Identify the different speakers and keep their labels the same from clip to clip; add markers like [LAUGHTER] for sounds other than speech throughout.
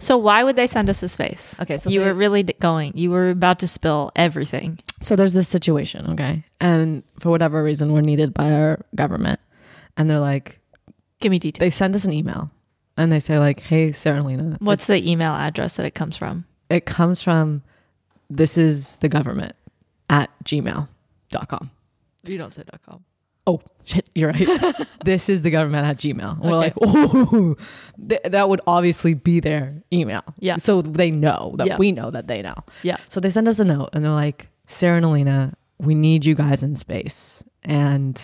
Speaker 1: So why would they send us to space?
Speaker 2: Okay, so
Speaker 1: you
Speaker 2: they-
Speaker 1: were really d- going. You were about to spill everything.
Speaker 2: So there's this situation, okay? And for whatever reason, we're needed by our government. And they're like,
Speaker 1: Give me details.
Speaker 2: they send us an email and they say, like, hey, Seralina.
Speaker 1: What's the email address that it comes from?
Speaker 2: It comes from this is the government at gmail.com.
Speaker 1: You don't say .com.
Speaker 2: Oh, shit,
Speaker 1: [LAUGHS]
Speaker 2: you're right. this is the government at Gmail. We're
Speaker 1: Okay.
Speaker 2: like, oh, th- that would obviously be their email.
Speaker 1: Yeah.
Speaker 2: So they know that
Speaker 1: Yeah.
Speaker 2: we know that they know.
Speaker 1: Yeah.
Speaker 2: So they send us a note and they're like, Sarah and Alina, we need you guys in space. And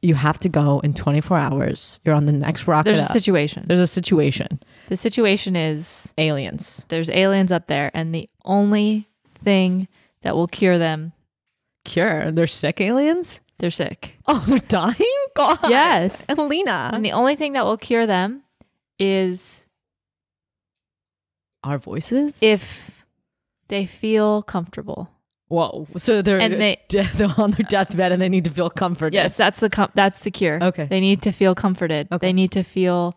Speaker 2: you have to go in 24 hours. You're on the next rocket.
Speaker 1: There's a
Speaker 2: up.
Speaker 1: situation.
Speaker 2: There's a situation.
Speaker 1: The situation is
Speaker 2: Aliens.
Speaker 1: there's aliens up there, and the only thing that will cure them,
Speaker 2: Cure. They're sick aliens? [LAUGHS]
Speaker 1: they're sick.
Speaker 2: Oh, they're dying? God.
Speaker 1: Yes.
Speaker 2: Alina.
Speaker 1: And the only thing that will cure them is
Speaker 2: Our voices?
Speaker 1: if they feel comfortable.
Speaker 2: Whoa. So they're,
Speaker 1: And
Speaker 2: [LAUGHS]
Speaker 1: they-
Speaker 2: de- they're on their deathbed and they need to feel comforted.
Speaker 1: Yes, that's the com- that's the cure.
Speaker 2: Okay.
Speaker 1: They need to feel comforted.
Speaker 2: Okay.
Speaker 1: They need to feel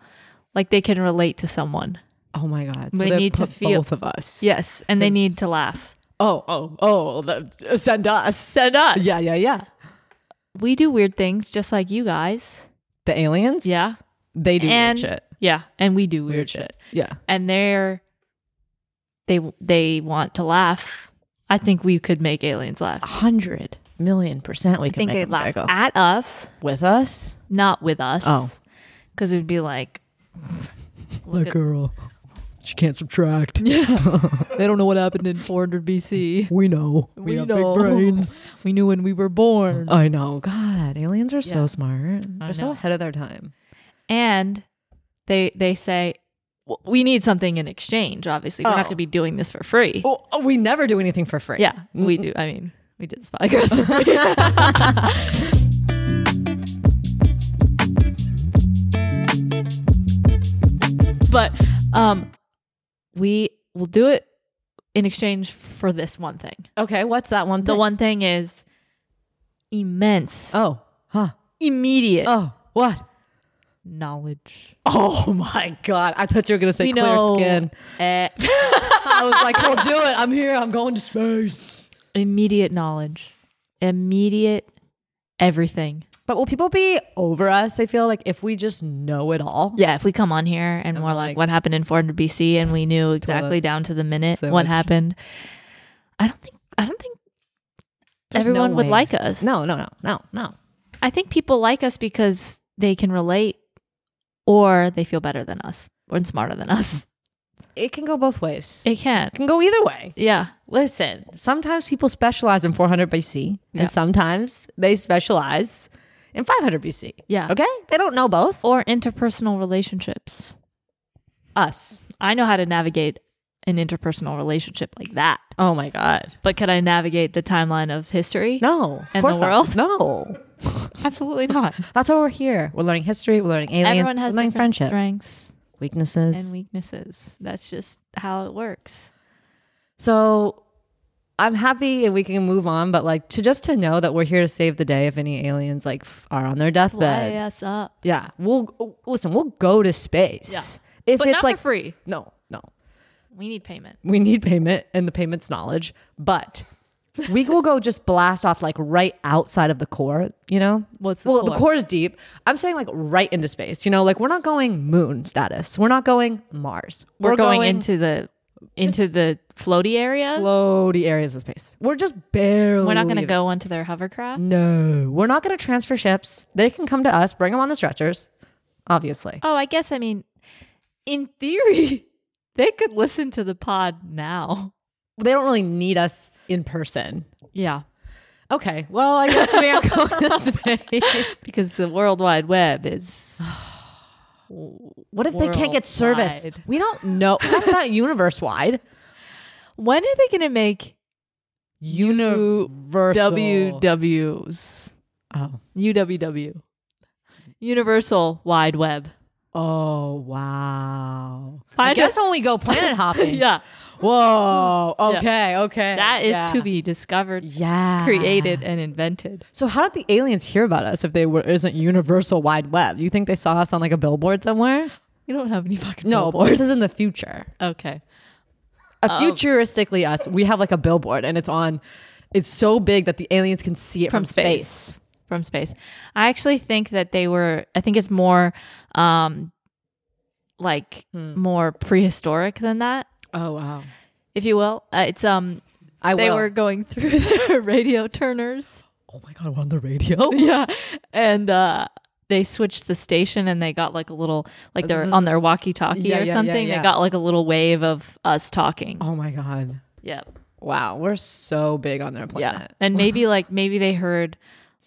Speaker 1: like they can relate to someone.
Speaker 2: Oh my God.
Speaker 1: We
Speaker 2: they
Speaker 1: need to
Speaker 2: put
Speaker 1: feel-
Speaker 2: both of us.
Speaker 1: Yes, and they
Speaker 2: That's-
Speaker 1: need to laugh.
Speaker 2: Oh, oh, oh. the- send us.
Speaker 1: Send us.
Speaker 2: Yeah, yeah, yeah.
Speaker 1: We do weird things just like you guys.
Speaker 2: The aliens?
Speaker 1: Yeah.
Speaker 2: They do
Speaker 1: and
Speaker 2: weird shit.
Speaker 1: yeah, and we do weird,
Speaker 2: Weird
Speaker 1: shit.
Speaker 2: shit. Yeah.
Speaker 1: And they're they they want to laugh. I think we could make aliens laugh. I
Speaker 2: hundred million percent we can
Speaker 1: think
Speaker 2: make
Speaker 1: they'd
Speaker 2: them
Speaker 1: laugh
Speaker 2: go.
Speaker 1: at us,
Speaker 2: with us.
Speaker 1: not with us.
Speaker 2: Oh.
Speaker 1: because it would be like Look at-
Speaker 2: girl, she can't
Speaker 1: [LAUGHS]
Speaker 2: subtract.
Speaker 1: they don't know what happened in 400 BC.
Speaker 2: [LAUGHS] We know.
Speaker 1: We have big brains. [LAUGHS] We knew when we were born.
Speaker 2: [LAUGHS] I know. God, aliens are
Speaker 1: Yeah.
Speaker 2: so smart.
Speaker 1: I
Speaker 2: They're so
Speaker 1: know.
Speaker 2: ahead of their time.
Speaker 1: and they they say "W- we need something in exchange. Obviously, we're not going
Speaker 2: Oh.
Speaker 1: to be doing this for free.
Speaker 2: Oh, Mm-hmm. oh, we never do anything for free.
Speaker 1: Yeah, we do. I mean, we did this podcast for free. [LAUGHS] but um, we will do it in exchange for this one thing.
Speaker 2: Okay. What's that one?
Speaker 1: The
Speaker 2: thing?
Speaker 1: one thing is immense,
Speaker 2: Oh. Huh.
Speaker 1: immediate
Speaker 2: Oh. What?
Speaker 1: knowledge.
Speaker 2: Oh [LAUGHS] my God! I thought you were gonna say
Speaker 1: We
Speaker 2: clear
Speaker 1: know, [LAUGHS]
Speaker 2: skin.
Speaker 1: eh,
Speaker 2: I was like, "I'll do it. I'm here. I'm going to space."
Speaker 1: immediate knowledge, immediate everything.
Speaker 2: But will people be over us? I feel like if we just know it all,
Speaker 1: Yeah, if we come on here and we're like,
Speaker 2: like-
Speaker 1: what happened in 400 BC, and we knew exactly
Speaker 2: Toilets.
Speaker 1: down to the minute
Speaker 2: So
Speaker 1: what
Speaker 2: much.
Speaker 1: happened, I don't think I don't think
Speaker 2: There's no
Speaker 1: everyone would
Speaker 2: way.
Speaker 1: like us.
Speaker 2: No, no, no, no, no.
Speaker 1: I think people like us because they can relate, or they feel better than us or smarter than
Speaker 2: [LAUGHS]
Speaker 1: us.
Speaker 2: It can go both ways.
Speaker 1: It can't.
Speaker 2: It can go either way.
Speaker 1: Yeah,
Speaker 2: Listen, sometimes people specialize in 400 BC,
Speaker 1: Yeah.
Speaker 2: and sometimes they specialize in 500 BC.
Speaker 1: yeah.
Speaker 2: Okay? They don't know both.
Speaker 1: Or interpersonal relationships.
Speaker 2: Us.
Speaker 1: I know how to navigate an interpersonal relationship like that,
Speaker 2: Oh my God.
Speaker 1: but can I navigate the timeline of history?
Speaker 2: No. Of
Speaker 1: And the
Speaker 2: course not.
Speaker 1: world?
Speaker 2: No.
Speaker 1: absolutely [LAUGHS] not.
Speaker 2: That's why we're here. We're learning history. We're learning aliens.
Speaker 1: Everyone has
Speaker 2: we're learning
Speaker 1: different
Speaker 2: friendship.
Speaker 1: strengths.
Speaker 2: Weaknesses.
Speaker 1: and weaknesses. That's just how it works.
Speaker 2: so I'm happy if we can move on, but like to just to know that we're here to save the day if any aliens like f- are on their
Speaker 1: Fly
Speaker 2: deathbed.
Speaker 1: us up,
Speaker 2: Yeah. We'll listen, we'll go to space.
Speaker 1: Yeah.
Speaker 2: If
Speaker 1: but
Speaker 2: it's
Speaker 1: not
Speaker 2: like
Speaker 1: for free.
Speaker 2: no, no.
Speaker 1: We need payment.
Speaker 2: we need payment and the payment's knowledge, but we will go just blast off like right outside of the core, you know?
Speaker 1: What's the
Speaker 2: well, the
Speaker 1: core?
Speaker 2: core is deep. I'm saying like right into space, you know? Like we're not going moon status. We're not going Mars.
Speaker 1: We're, going, into the into the floaty area.
Speaker 2: floaty areas of space. We're just barely.
Speaker 1: We're not going to
Speaker 2: leaving.
Speaker 1: go onto their hovercraft.
Speaker 2: No, we're not going to transfer ships. They can come to us, bring them on the stretchers, obviously.
Speaker 1: Oh, I guess I mean, in theory, [LAUGHS] they could listen to the pod now.
Speaker 2: They don't really need us in person.
Speaker 1: Yeah,
Speaker 2: Okay, well, I guess we are going to space.
Speaker 1: [LAUGHS] because the World Wide Web [SIGHS] is
Speaker 2: What if they can't get service?
Speaker 1: Worldwide.
Speaker 2: We don't know. That's not universe wide.
Speaker 1: when are they going to make
Speaker 2: Universal.
Speaker 1: WWs?
Speaker 2: Oh.
Speaker 1: UWW, Universal Wide Web.
Speaker 2: Oh wow. I
Speaker 1: Find
Speaker 2: guess
Speaker 1: us-
Speaker 2: only
Speaker 1: [LAUGHS]
Speaker 2: go planet hopping.
Speaker 1: yeah,
Speaker 2: Whoa. Okay. Okay.
Speaker 1: that is
Speaker 2: Yeah.
Speaker 1: to be discovered,
Speaker 2: Yeah.
Speaker 1: created, and invented.
Speaker 2: So how did the aliens hear about us if they were isn't universal wide web? You think they saw us on like a billboard somewhere?
Speaker 1: We don't have any fucking
Speaker 2: No,
Speaker 1: billboards.
Speaker 2: this is in the future.
Speaker 1: Okay.
Speaker 2: A
Speaker 1: Oh.
Speaker 2: futuristically us, we have like a billboard and it's on it's so big that the aliens can see it from,
Speaker 1: From space. From space. I actually think that they were I think it's more um like
Speaker 2: Hmm.
Speaker 1: more prehistoric than that,
Speaker 2: Oh wow.
Speaker 1: if you will. Uh, it's um
Speaker 2: I
Speaker 1: they
Speaker 2: will.
Speaker 1: were going [LAUGHS] through their radio turners. [LAUGHS]
Speaker 2: Oh my god, we're on the radio.
Speaker 1: Yeah. And uh they switched the station and they got like a little like they're on their walkie-talkie
Speaker 2: Yeah,
Speaker 1: or
Speaker 2: yeah, yeah,
Speaker 1: something.
Speaker 2: yeah.
Speaker 1: They got like a little wave of us talking.
Speaker 2: Oh my god.
Speaker 1: Yep.
Speaker 2: Wow, we're so big on their
Speaker 1: Yeah.
Speaker 2: planet.
Speaker 1: And [LAUGHS] maybe like maybe they heard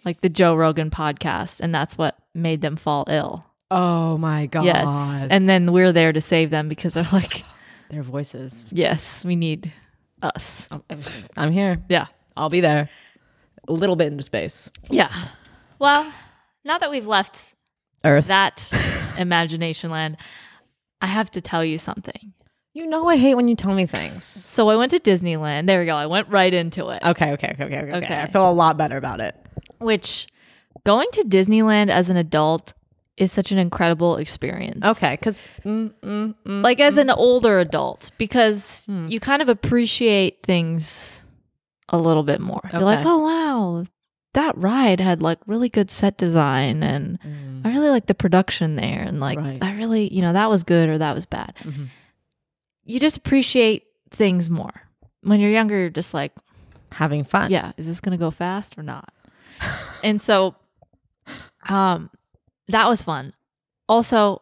Speaker 1: like the Joe Rogan podcast and that's what made them fall ill.
Speaker 2: Oh my god.
Speaker 1: Yes. And then we're there to save them because they're like,
Speaker 2: their voices.
Speaker 1: yes, we need us.
Speaker 2: I'm here.
Speaker 1: Yeah.
Speaker 2: I'll be there. A little bit into space.
Speaker 1: Yeah. Well, now that we've left
Speaker 2: Earth.
Speaker 1: [LAUGHS] that imagination land, I have to tell you something.
Speaker 2: you know I hate when you tell me things.
Speaker 1: So I went to Disneyland. There we go. I went right into it.
Speaker 2: Okay, okay, okay, okay, okay.
Speaker 1: Okay.
Speaker 2: I feel a lot better about it.
Speaker 1: Which going to Disneyland as an adult is such an incredible experience.
Speaker 2: Okay, because mm, mm, mm.
Speaker 1: like as an older adult because
Speaker 2: Hmm.
Speaker 1: you kind of appreciate things a little bit more. You're like,
Speaker 2: Okay.
Speaker 1: oh wow, that ride had like really good set design, and
Speaker 2: Mm.
Speaker 1: I really like the production there, and like
Speaker 2: Right.
Speaker 1: I really, you know, that was good or that was bad.
Speaker 2: Mhm.
Speaker 1: You just appreciate things more when you're younger. You're just like,
Speaker 2: having fun.
Speaker 1: yeah, is this gonna go fast or
Speaker 2: [LAUGHS]
Speaker 1: not? and so, um, that was fun. Also,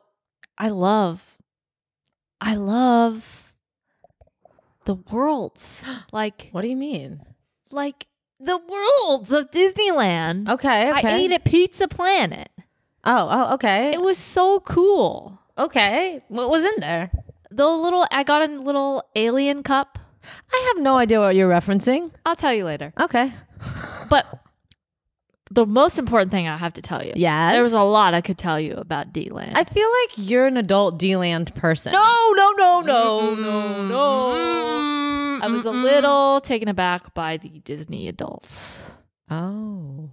Speaker 1: I love, I love the
Speaker 2: [GASPS]
Speaker 1: worlds, like
Speaker 2: What do you mean?
Speaker 1: like the worlds of Disneyland.
Speaker 2: Okay, okay.
Speaker 1: I ate at Pizza Planet.
Speaker 2: Oh, oh, okay,
Speaker 1: It was so cool.
Speaker 2: okay. What was in there?
Speaker 1: The little I got a little alien cup.
Speaker 2: I have no idea what you're referencing.
Speaker 1: I'll tell you later.
Speaker 2: Okay.
Speaker 1: But the most important thing I have to tell you.
Speaker 2: Yes.
Speaker 1: There was a lot I could tell you about D Land.
Speaker 2: I feel like you're an adult D-land person.
Speaker 1: No, no, Oh, no, no, no, no. I was a little taken aback by the Disney adults,
Speaker 2: Oh.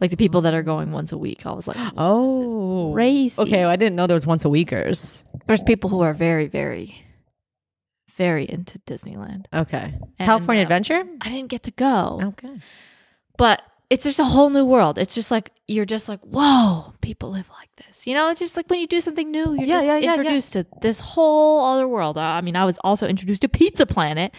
Speaker 1: like the people that are going once a week. I was like,
Speaker 2: Oh.
Speaker 1: crazy.
Speaker 2: Okay, well, I didn't know there was once a weekers.
Speaker 1: there's people who are very, very, very into Disneyland.
Speaker 2: Okay.
Speaker 1: And,
Speaker 2: California
Speaker 1: uh,
Speaker 2: Adventure?
Speaker 1: I didn't get to go,
Speaker 2: Okay.
Speaker 1: but it's just a whole new world. It's just like you're just like, whoa, people live like this. You know, it's just like when you do something new, you're
Speaker 2: Yeah,
Speaker 1: just
Speaker 2: yeah, yeah, yeah.
Speaker 1: introduced to this whole other world. I I mean, I was also introduced to Pizza Planet,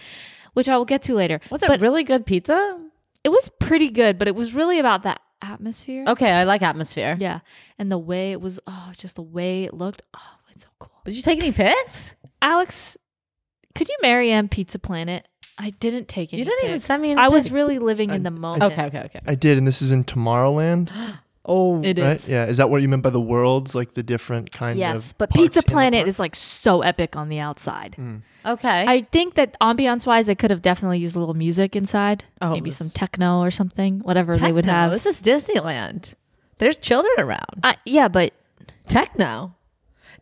Speaker 1: which I will get to later.
Speaker 2: Was it
Speaker 1: But-
Speaker 2: really good pizza?
Speaker 1: it was pretty good, but it was really about that atmosphere.
Speaker 2: Okay, I like atmosphere.
Speaker 1: Yeah. And the way it was, oh, just the way it looked. Oh, it's so cool.
Speaker 2: Did you take any pics?
Speaker 1: Alex, could you marry M Pizza Planet? I didn't take any.
Speaker 2: You didn't even
Speaker 1: pics.
Speaker 2: send me any
Speaker 1: I was
Speaker 2: pics.
Speaker 1: really living in the moment.
Speaker 2: Okay, okay, okay.
Speaker 3: I did, and this is in Tomorrowland,
Speaker 1: [GASPS]
Speaker 2: Oh,
Speaker 1: It is.
Speaker 3: right? Yeah. Is that what you meant by the worlds, like the different kind of?
Speaker 1: Yes, but
Speaker 3: parts
Speaker 1: Pizza
Speaker 3: in the
Speaker 1: Planet
Speaker 3: park? Mm.
Speaker 1: is like so epic on the outside.
Speaker 2: okay.
Speaker 1: I think that ambiance wise, I could have definitely used a little music inside.
Speaker 2: Oh,
Speaker 1: maybe
Speaker 2: this-
Speaker 1: some techno or something, whatever they would
Speaker 2: Techno.
Speaker 1: have.
Speaker 2: This is Disneyland. There's children around.
Speaker 1: I, yeah, but
Speaker 2: Techno.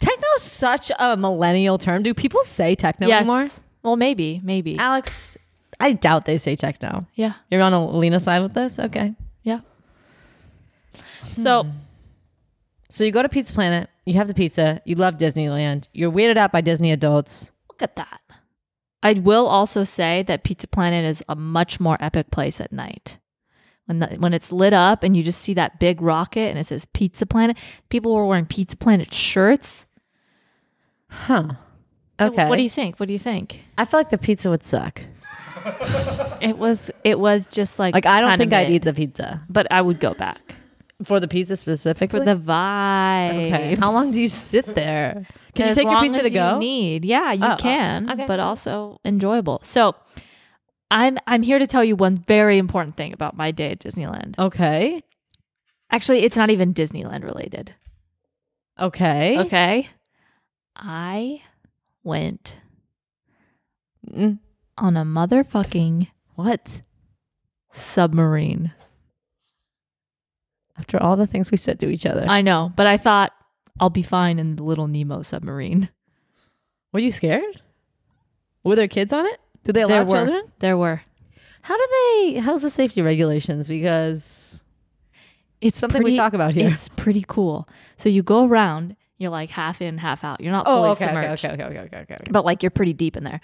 Speaker 2: Techno is such a millennial term. Do people say techno
Speaker 1: yes.
Speaker 2: anymore?
Speaker 1: Well, maybe, maybe.
Speaker 2: Alex, I doubt they say techno.
Speaker 1: yeah.
Speaker 2: You're on Alina's side with this? Okay.
Speaker 1: Yeah.
Speaker 2: Hmm.
Speaker 1: So
Speaker 2: So you go to Pizza Planet, you have the pizza, you love Disneyland, you're weirded out by Disney adults.
Speaker 1: look at that. I will also say that Pizza Planet is a much more epic place at night. When the, when it's lit up and you just see that big rocket and it says Pizza Planet, people were wearing Pizza Planet shirts.
Speaker 2: Huh. Okay.
Speaker 1: What do you think? What do you think?
Speaker 2: I feel like the pizza would suck.
Speaker 1: It was it was just like
Speaker 2: Like I don't
Speaker 1: kinda
Speaker 2: think I'd
Speaker 1: mid,
Speaker 2: eat the pizza.
Speaker 1: but I would go back
Speaker 2: For the pizza specifically?
Speaker 1: for the vibe.
Speaker 2: Okay. How long do you sit there? Can you
Speaker 1: As
Speaker 2: take your
Speaker 1: long
Speaker 2: pizza
Speaker 1: as
Speaker 2: to
Speaker 1: you
Speaker 2: go?
Speaker 1: need. Yeah, you
Speaker 2: Oh, oh,
Speaker 1: can,
Speaker 2: okay.
Speaker 1: but also enjoyable. So I'm I'm here to tell you one very important thing about my day at Disneyland.
Speaker 2: Oh. okay.
Speaker 1: Actually, it's not even Disneyland related.
Speaker 2: Okay.
Speaker 1: Okay. I went
Speaker 2: Mm.
Speaker 1: on a motherfucking
Speaker 2: What?
Speaker 1: submarine.
Speaker 2: After all the things we said to each other.
Speaker 1: I know, but I thought I'll be fine in the little Nemo submarine.
Speaker 2: Were you scared? Were there kids on it? Did they allow
Speaker 1: were
Speaker 2: children?
Speaker 1: there were.
Speaker 2: How do they? How's the safety regulations? Because
Speaker 1: It's
Speaker 2: Something we
Speaker 1: pretty-
Speaker 2: talk about here.
Speaker 1: It's pretty cool. So you go around You're like half in, half out. You're not fully
Speaker 2: Oh, okay, okay,
Speaker 1: submerged,
Speaker 2: okay, okay, okay, okay, okay.
Speaker 1: but like you're pretty deep in there.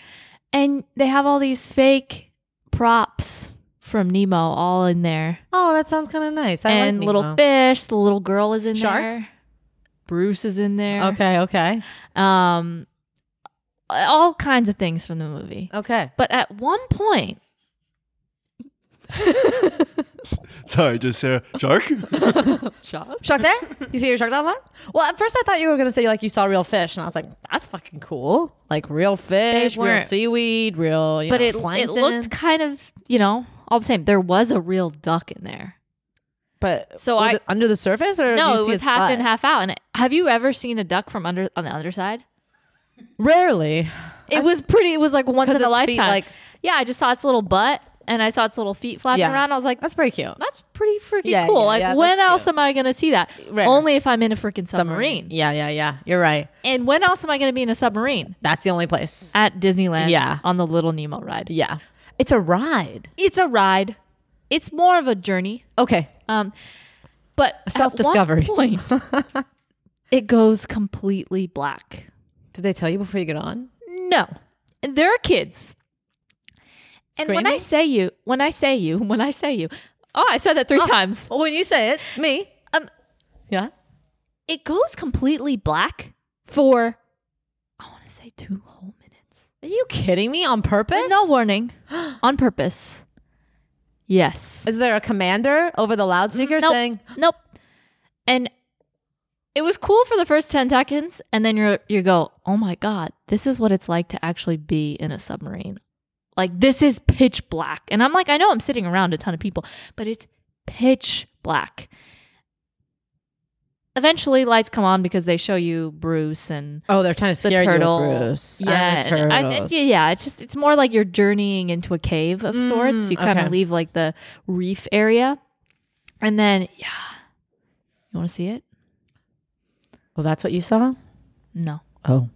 Speaker 1: And they have all these fake props from Nemo all in there,
Speaker 2: Oh, that sounds kind of nice. I
Speaker 1: and
Speaker 2: like
Speaker 1: little
Speaker 2: Nemo.
Speaker 1: fish. The little girl is in
Speaker 2: Shark?
Speaker 1: there. Bruce is in there.
Speaker 2: Okay, okay,
Speaker 1: Um, all kinds of things from the movie.
Speaker 2: okay.
Speaker 1: But at one point,
Speaker 3: [LAUGHS] Sorry, just Sarah. Shark?
Speaker 1: shark.
Speaker 2: Shark there? You see your shark down there? Well, at first I thought you were gonna say like you saw real fish, and I was like, that's fucking cool. Like real fish, real
Speaker 1: weren't.
Speaker 2: seaweed, real. You
Speaker 1: but
Speaker 2: know,
Speaker 1: it it
Speaker 2: plankton.
Speaker 1: looked kind of you know all the same. There was a real duck in there.
Speaker 2: But
Speaker 1: So
Speaker 2: was
Speaker 1: I-
Speaker 2: it under the surface, or did you
Speaker 1: No, it
Speaker 2: see
Speaker 1: was
Speaker 2: its
Speaker 1: half in,
Speaker 2: butt?
Speaker 1: half out. And it- have you ever seen a duck from under on the underside?
Speaker 2: Rarely.
Speaker 1: It was pretty. It was like once
Speaker 2: 'Cause
Speaker 1: in a
Speaker 2: its feet,
Speaker 1: lifetime.
Speaker 2: like-
Speaker 1: yeah, I just saw its little butt and I saw its little feet flapping
Speaker 2: Yeah.
Speaker 1: around. I was like, that's,
Speaker 2: That's pretty cute.
Speaker 1: pretty freaking
Speaker 2: Yeah,
Speaker 1: cool.
Speaker 2: yeah,
Speaker 1: like,
Speaker 2: yeah,
Speaker 1: when
Speaker 2: that's
Speaker 1: else
Speaker 2: cute.
Speaker 1: am I going to see that?
Speaker 2: Right.
Speaker 1: Only if I'm in a freaking submarine.
Speaker 2: Yeah, yeah, yeah. You're right.
Speaker 1: And when else am I going to be in a submarine?
Speaker 2: That's the only place.
Speaker 1: At Disneyland.
Speaker 2: Yeah.
Speaker 1: On the Little Nemo ride.
Speaker 2: Yeah. It's a ride.
Speaker 1: It's a ride. It's more of a journey.
Speaker 2: Okay.
Speaker 1: Um, but at
Speaker 2: Self-discovery. [LAUGHS]
Speaker 1: one point, it goes completely black.
Speaker 2: Did they tell you before you get on?
Speaker 1: No, there are kids. And when I
Speaker 2: Screaming?
Speaker 1: say you, when I say you, [LAUGHS] when I say you, oh, I said that three times.
Speaker 2: Well, when you say it, me.
Speaker 1: Um,
Speaker 2: Yeah.
Speaker 1: it goes completely black for I want to say two whole minutes.
Speaker 2: Are you kidding me? On purpose?
Speaker 1: With no [GASPS] warning, on purpose. Yes.
Speaker 2: Is there a commander over the loudspeaker
Speaker 1: Nope.
Speaker 2: saying,
Speaker 1: Nope. And it was cool for the first 10 seconds and then you you go, "Oh my god, this is what it's like to actually be in a submarine." Like this is pitch black. And I'm like, "I know I'm sitting around a ton of people, but it's pitch black." Eventually lights come on because they show you Bruce and
Speaker 2: "Oh, they're trying to
Speaker 1: the
Speaker 2: scare
Speaker 1: turtle.
Speaker 2: you, Bruce"? I'm a
Speaker 1: Yeah, and I-
Speaker 2: turtle.
Speaker 1: yeah, yeah, it's just it's more like you're journeying into a cave of sorts.
Speaker 2: Mm,
Speaker 1: You kind of
Speaker 2: okay.
Speaker 1: leave like the reef area, and then yeah, you want to see it?
Speaker 2: well, that's what you saw.
Speaker 1: No,
Speaker 2: Oh,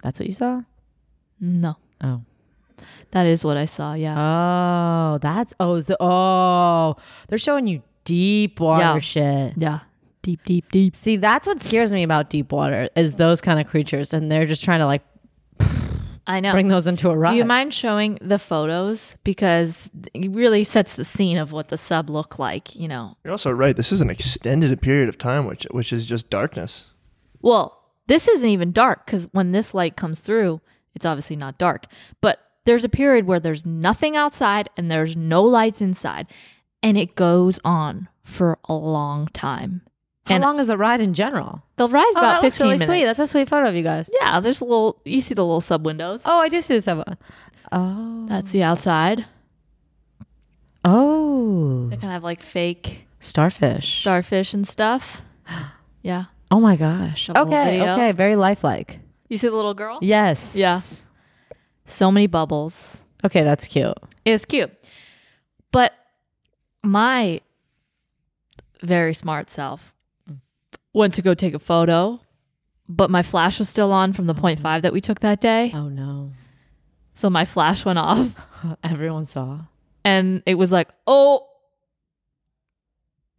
Speaker 2: that's what you saw.
Speaker 1: no,
Speaker 2: Oh,
Speaker 1: that is what I saw. Yeah,
Speaker 2: oh, that's oh, the, oh, they're showing you deep water
Speaker 1: Yeah.
Speaker 2: shit.
Speaker 1: yeah, deep, deep, deep.
Speaker 2: See, that's what scares me about deep water is those kind of creatures, and they're just trying to like
Speaker 1: I know.
Speaker 2: bring those into a ride.
Speaker 1: Do you mind showing the photos because it really sets the scene of what the sub looked like? You know,
Speaker 3: [LAUGHS] You're also right. This is an extended period of time, which which is just darkness.
Speaker 1: Well, this isn't even dark because when this light comes through, it's obviously not dark. But there's a period where there's nothing outside and there's no lights inside, and it goes on for a long time.
Speaker 2: How
Speaker 1: and- Oh,
Speaker 2: long is a ride in general?
Speaker 1: The ride's about
Speaker 2: Oh, that looks
Speaker 1: 15
Speaker 2: really
Speaker 1: minutes.
Speaker 2: sweet. That's a sweet photo of you guys.
Speaker 1: yeah, there's a little. You see the little sub windows.
Speaker 2: Oh, I do see this one. Oh,
Speaker 1: That's the outside.
Speaker 2: oh,
Speaker 1: They kind of have like fake
Speaker 2: starfish.
Speaker 1: starfish and
Speaker 2: [GASPS]
Speaker 1: stuff. Yeah.
Speaker 2: oh my gosh.
Speaker 1: Couple
Speaker 2: Okay,
Speaker 1: video.
Speaker 2: okay, very lifelike.
Speaker 1: You see the little girl?
Speaker 2: Yes.
Speaker 1: Yeah. So many bubbles.
Speaker 2: Okay, that's cute.
Speaker 1: It's cute. But my very smart self went to go take a photo, but my flash was still on from the
Speaker 2: Mm-hmm.
Speaker 1: point five that we took that day.
Speaker 2: Oh no,
Speaker 1: [LAUGHS] So my flash went off [LAUGHS]
Speaker 2: everyone saw.
Speaker 1: and it was like, oh.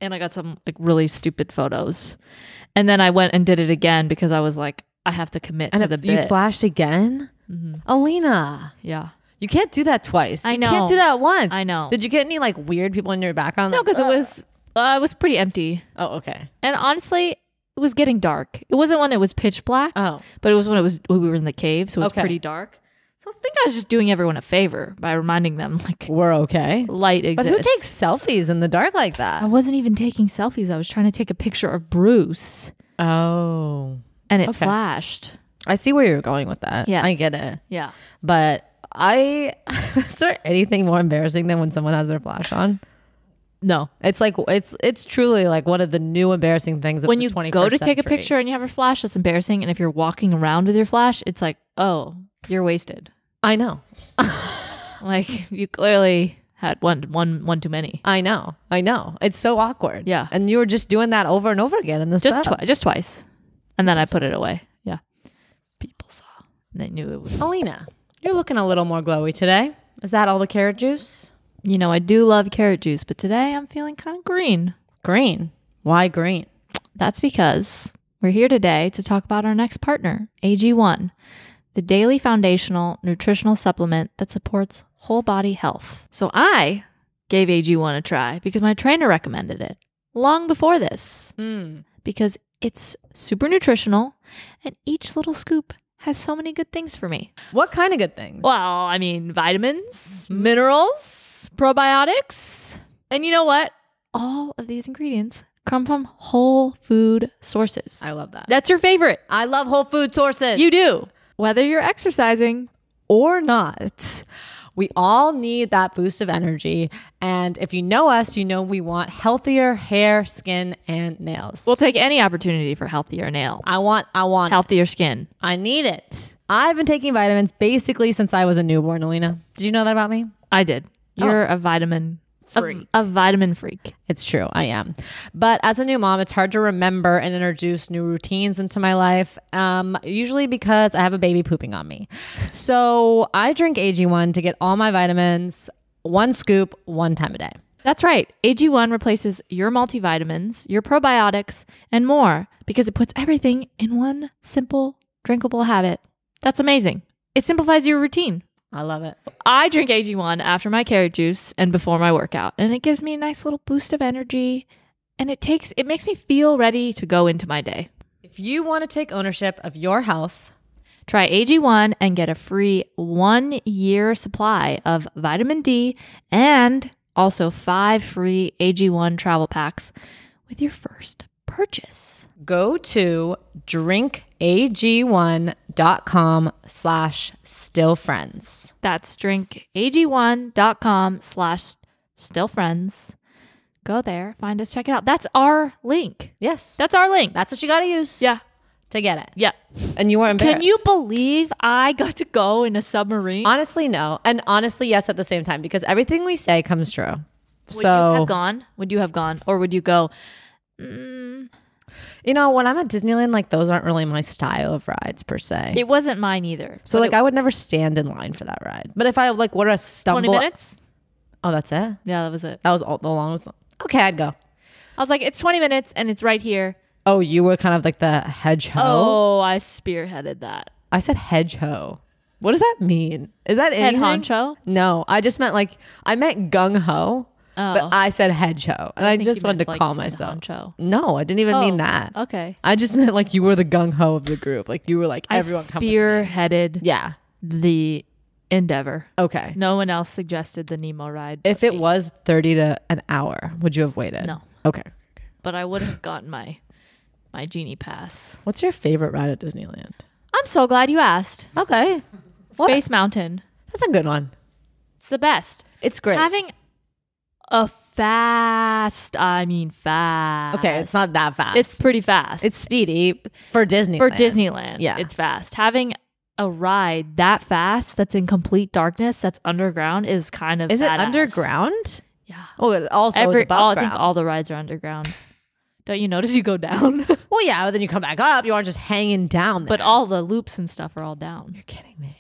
Speaker 1: And I got some like really stupid photos. And then I went and did it again because I was like, I have to commit
Speaker 2: And
Speaker 1: to the
Speaker 2: if you
Speaker 1: bit.
Speaker 2: flashed again, Alina.
Speaker 1: yeah.
Speaker 2: You can't do that twice.
Speaker 1: I
Speaker 2: You can't
Speaker 1: know.
Speaker 2: do that once.
Speaker 1: I know.
Speaker 2: Did you get any like weird people in your background?
Speaker 1: No,
Speaker 2: like,
Speaker 1: because it
Speaker 2: "Ugh."
Speaker 1: was uh, it was pretty empty.
Speaker 2: Oh, okay.
Speaker 1: And honestly, it was getting dark. It wasn't when it was pitch black.
Speaker 2: Oh,
Speaker 1: but it was when it was when we were in the cave, so it was
Speaker 2: Okay.
Speaker 1: pretty dark. So I think I was just doing everyone a favor by reminding them like
Speaker 2: we're okay.
Speaker 1: light exists.
Speaker 2: But who takes selfies in the dark like
Speaker 1: I
Speaker 2: that?
Speaker 1: wasn't even taking selfies. I was trying to take a picture of Bruce,
Speaker 2: Oh,
Speaker 1: and it
Speaker 2: Okay.
Speaker 1: flashed.
Speaker 2: I see where you're going with that.
Speaker 1: Yes.
Speaker 2: I get it.
Speaker 1: Yeah,
Speaker 2: But I, [LAUGHS] is there anything more embarrassing than when someone has their flash on?
Speaker 1: no.
Speaker 2: It's like it's it's truly like one of the new embarrassing things. Of
Speaker 1: When
Speaker 2: the
Speaker 1: you
Speaker 2: 21st
Speaker 1: go to take a
Speaker 2: century.
Speaker 1: picture and you have a flash, that's embarrassing. And if you're walking around with your flash, it's like, oh, you're wasted.
Speaker 2: I know,
Speaker 1: Like [LAUGHS] you clearly had one one one too many.
Speaker 2: I know, I know. It's so awkward.
Speaker 1: Yeah.
Speaker 2: and you were just doing that over and over again in the
Speaker 1: Just
Speaker 2: sub.
Speaker 1: twice, just twice, and then I put it away. Yeah, people saw, and they knew it was.
Speaker 2: Alina, you're looking a little more glowy today. Is that all the carrot juice?
Speaker 1: You know, I do love carrot juice, but today I'm feeling kind of green.
Speaker 2: Green. Why green?
Speaker 1: That's because We're here today to talk about our next partner, AG1, the daily foundational nutritional supplement that supports whole body health. So I gave AG1 a try because my trainer recommended it long before this because it's super nutritional and each little scoop has so many good things for me.
Speaker 2: What kind of good things?
Speaker 1: Well, I mean, vitamins, minerals, probiotics. And you know what? All of these ingredients come from whole food sources.
Speaker 2: I love that.
Speaker 1: That's your favorite.
Speaker 2: I love whole food sources.
Speaker 1: You do. Whether you're exercising,
Speaker 2: or not. We all need that boost of energy. And if you know us, you know we want healthier hair, skin, and nails.
Speaker 1: we'll take any opportunity for healthier nail,
Speaker 2: I want, I want,
Speaker 1: healthier skin.
Speaker 2: I need it. I've been taking vitamins basically since I was a newborn, Alina. Did you know that about me?
Speaker 1: I did. You're a vitamin freak. A, vitamin freak.
Speaker 2: It's true, I am. But as a new mom, it's hard to remember and introduce new routines into my life, um, usually because I have a baby pooping on me. So I drink AG1 to get all my vitamins, one scoop, one time a day.
Speaker 1: That's right. AG1 replaces your multivitamins, your probiotics, and more because it puts everything in one simple, drinkable habit. That's amazing. It simplifies your routine.
Speaker 2: I love it.
Speaker 1: I drink AG1 after my carrot juice and before my workout, and it gives me a nice little boost of energy and it takes it makes me feel ready to go into my day.
Speaker 2: If you want to take ownership of your health,
Speaker 1: Try AG1 and get a free 1-year supply of vitamin D and also 5 free AG1 travel packs with your first purchase.
Speaker 2: go to drinkag1.com slash still friends.
Speaker 1: That's drinkag1.com slash still friends. Go there, find us, check it out. That's our link.
Speaker 2: Yes.
Speaker 1: That's our link.
Speaker 2: That's what you got to use
Speaker 1: yeah.
Speaker 2: to get it.
Speaker 1: Yeah.
Speaker 2: And you weren't embarrassed.
Speaker 1: Can you believe I got to go in a submarine?
Speaker 2: Honestly, no. And honestly, yes at the same time because everything we say comes true.
Speaker 1: would you
Speaker 2: so,
Speaker 1: have gone? Would you have gone? Or would you go?
Speaker 2: you know, when I'm at Disneyland, like those aren't really my style of rides per se.
Speaker 1: It wasn't mine either.
Speaker 2: so,
Speaker 1: But
Speaker 2: like,
Speaker 1: it-
Speaker 2: I would never stand in line for that ride. But if I, like, were to stumble.
Speaker 1: 20 minutes?
Speaker 2: Oh, that's it?
Speaker 1: Yeah, that was it.
Speaker 2: That was all the longest. Okay, I'd go.
Speaker 1: I was like, it's 20 minutes and it's right here.
Speaker 2: Oh, you were kind of like the hedge hoe.
Speaker 1: Oh, I spearheaded that.
Speaker 2: I said hedge hoe. What does that mean? Is that
Speaker 1: Head
Speaker 2: anything?
Speaker 1: honcho?
Speaker 2: No, I just meant like I meant gung ho,
Speaker 1: Oh.
Speaker 2: but I said hedge hoe, and I,
Speaker 1: think
Speaker 2: just
Speaker 1: you
Speaker 2: wanted
Speaker 1: meant,
Speaker 2: to
Speaker 1: like,
Speaker 2: call
Speaker 1: head
Speaker 2: myself.
Speaker 1: honcho.
Speaker 2: No, I didn't even
Speaker 1: Oh,
Speaker 2: mean that.
Speaker 1: Okay.
Speaker 2: I just meant like you were the gung ho of the group. Like you were like
Speaker 1: I
Speaker 2: everyone. come with me.
Speaker 1: spearheaded
Speaker 2: Yeah.
Speaker 1: the endeavor.
Speaker 2: Okay.
Speaker 1: No one else suggested the Nemo ride.
Speaker 2: If
Speaker 1: but
Speaker 2: it
Speaker 1: me.
Speaker 2: was thirty to an hour, would you have waited?
Speaker 1: No.
Speaker 2: Okay.
Speaker 1: but I would
Speaker 2: [LAUGHS]
Speaker 1: have gotten my my genie pass.
Speaker 2: What's your favorite ride at Disneyland?
Speaker 1: I'm so glad you asked.
Speaker 2: Okay, What?
Speaker 1: Space Mountain.
Speaker 2: that's a good one.
Speaker 1: It's the best.
Speaker 2: It's great.
Speaker 1: Having a fast, I mean fast.
Speaker 2: okay, it's not that fast.
Speaker 1: It's pretty fast.
Speaker 2: it's speedy for Disney.
Speaker 1: for Disneyland.
Speaker 2: Yeah.
Speaker 1: It's fast. Having a ride that fast that's in complete darkness that's underground is kind of
Speaker 2: Is it
Speaker 1: badass.
Speaker 2: underground?
Speaker 1: Yeah.
Speaker 2: Oh, it also is
Speaker 1: Every
Speaker 2: above
Speaker 1: all, I
Speaker 2: ground.
Speaker 1: think all the rides are underground. Don't you notice you go down? [LAUGHS]
Speaker 2: well, yeah, but then you come back up. You aren't just hanging down there.
Speaker 1: but all the loops and stuff are all down.
Speaker 2: you're kidding me.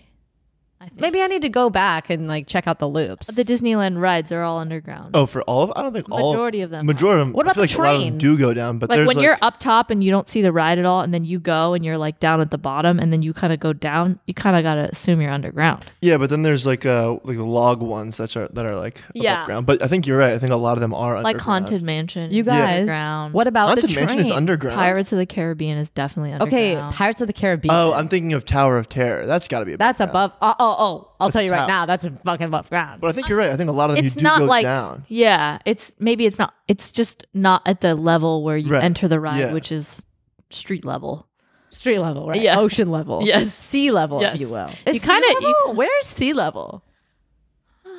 Speaker 1: I think.
Speaker 2: Maybe I need to go back and like check out the loops.
Speaker 1: The Disneyland rides are all underground.
Speaker 3: Oh, for all of I don't think all
Speaker 1: Majority of them
Speaker 3: Majority of them.
Speaker 2: What
Speaker 3: I feel
Speaker 2: about the
Speaker 3: like a lot of them
Speaker 2: train?
Speaker 3: do go down, but
Speaker 1: like
Speaker 3: there's
Speaker 1: when
Speaker 3: like,
Speaker 1: you're up top and you don't see the ride at all, and then you go and you're like down at the bottom, and then you kind of go down. You kind of gotta assume you're underground.
Speaker 3: yeah, but then there's like uh like the log ones that are that are like
Speaker 1: Yeah.
Speaker 3: above ground. But I think you're right. I think a lot of them are
Speaker 1: Like
Speaker 3: underground.
Speaker 1: Haunted Mansion,
Speaker 2: you
Speaker 1: is
Speaker 2: guys,
Speaker 1: underground.
Speaker 2: what about
Speaker 3: Haunted
Speaker 2: the train?
Speaker 3: Mansion is underground.
Speaker 1: Pirates of the Caribbean is definitely
Speaker 2: Okay,
Speaker 1: underground.
Speaker 2: Pirates of the Caribbean.
Speaker 3: Oh, I'm thinking of Tower of Terror. That's got to be above
Speaker 2: that's
Speaker 3: ground.
Speaker 2: above. Oh, oh, oh! I'll tell you right
Speaker 3: top.
Speaker 2: now, that's fucking above ground.
Speaker 3: But I think you're right. I think a lot of them
Speaker 1: it's
Speaker 3: you do
Speaker 1: not
Speaker 3: go
Speaker 1: like
Speaker 3: down.
Speaker 1: yeah it's maybe it's not it's just not at the level where you
Speaker 3: Right.
Speaker 1: enter the ride
Speaker 3: Yeah.
Speaker 1: which is street level
Speaker 2: Street level, right?
Speaker 1: Yeah.
Speaker 2: Ocean [LAUGHS] level.
Speaker 1: Yes.
Speaker 2: Sea level,
Speaker 1: Yes.
Speaker 2: if you will.
Speaker 1: You
Speaker 2: Is sea
Speaker 1: kinda-
Speaker 2: level?
Speaker 1: you-
Speaker 2: Where's sea level?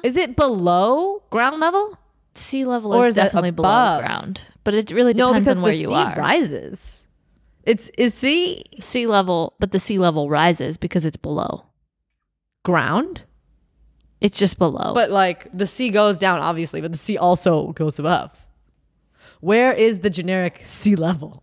Speaker 2: Is it below ground level?
Speaker 1: sea level
Speaker 2: Or
Speaker 1: is,
Speaker 2: is it
Speaker 1: definitely below
Speaker 2: above?
Speaker 1: ground but it really
Speaker 2: No,
Speaker 1: depends
Speaker 2: because
Speaker 1: on where
Speaker 2: the
Speaker 1: you
Speaker 2: sea
Speaker 1: are
Speaker 2: rises. It's is sea
Speaker 1: sea level but the sea level rises because it's below
Speaker 2: ground,
Speaker 1: it's just below
Speaker 2: but like the sea goes down, obviously, but the sea also goes above. Where is the generic sea level?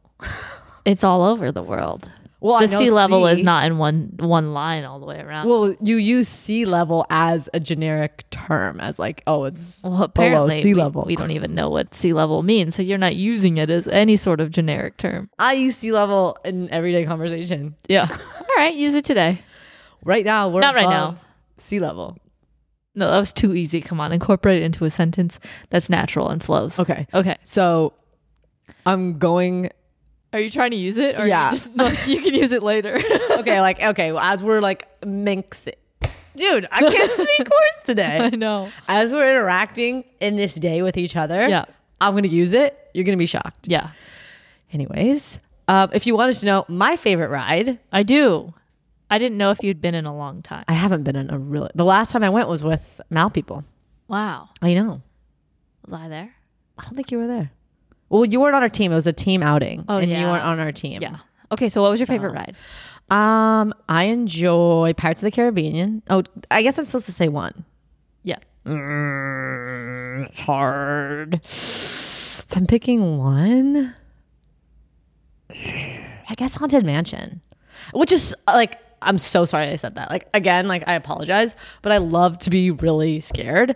Speaker 1: it's all over the world
Speaker 2: Well, I
Speaker 1: the
Speaker 2: know
Speaker 1: sea level is
Speaker 2: sea-
Speaker 1: not in one one line all the way around. Well,
Speaker 2: Well, you use sea level as a generic term, as like, oh, it's
Speaker 1: apparently
Speaker 2: sea
Speaker 1: we-
Speaker 2: level.
Speaker 1: We, don't even know what sea level means, so you're not using it as any sort of generic term.
Speaker 2: I use sea level in everyday conversation. [LAUGHS]
Speaker 1: Yeah. all right, use it today.
Speaker 2: Right now, we're
Speaker 1: Not right
Speaker 2: above
Speaker 1: now.
Speaker 2: Sea level.
Speaker 1: No, that was too easy. Come on, incorporate it into a sentence that's natural and flows.
Speaker 2: Okay.
Speaker 1: Okay.
Speaker 2: So I'm going.
Speaker 1: Are you trying to use it? Or
Speaker 2: Yeah.
Speaker 1: You, just, no, you can use it later.
Speaker 2: [LAUGHS] Okay, like okay. Well, as we're like mix dude,
Speaker 1: [LAUGHS]
Speaker 2: I can't speak words
Speaker 1: I
Speaker 2: today.
Speaker 1: know.
Speaker 2: As we're interacting in this day with each other,
Speaker 1: Yeah.
Speaker 2: I'm gonna use it. You're gonna be shocked.
Speaker 1: Yeah.
Speaker 2: Anyways, um, if you wanted to know my favorite ride,
Speaker 1: I do. I didn't know if you'd been in a long time.
Speaker 2: I haven't been in a really. The last time I went was with Mal people.
Speaker 1: Wow.
Speaker 2: I know.
Speaker 1: Was I there?
Speaker 2: I don't think you were there. Well, you weren't on our team. It was a team outing,
Speaker 1: Oh,
Speaker 2: and you
Speaker 1: yeah.
Speaker 2: weren't on our team.
Speaker 1: Yeah. Okay, so what was your favorite ride?
Speaker 2: Um, I enjoy Pirates of the Caribbean. Oh, I guess I'm supposed to say one.
Speaker 1: Yeah.
Speaker 2: Mm, it's hard. If I'm picking one, I guess Haunted Mansion, which is uh, like, I'm so sorry I said that. Like, again, like, I apologize, but I love to be really scared.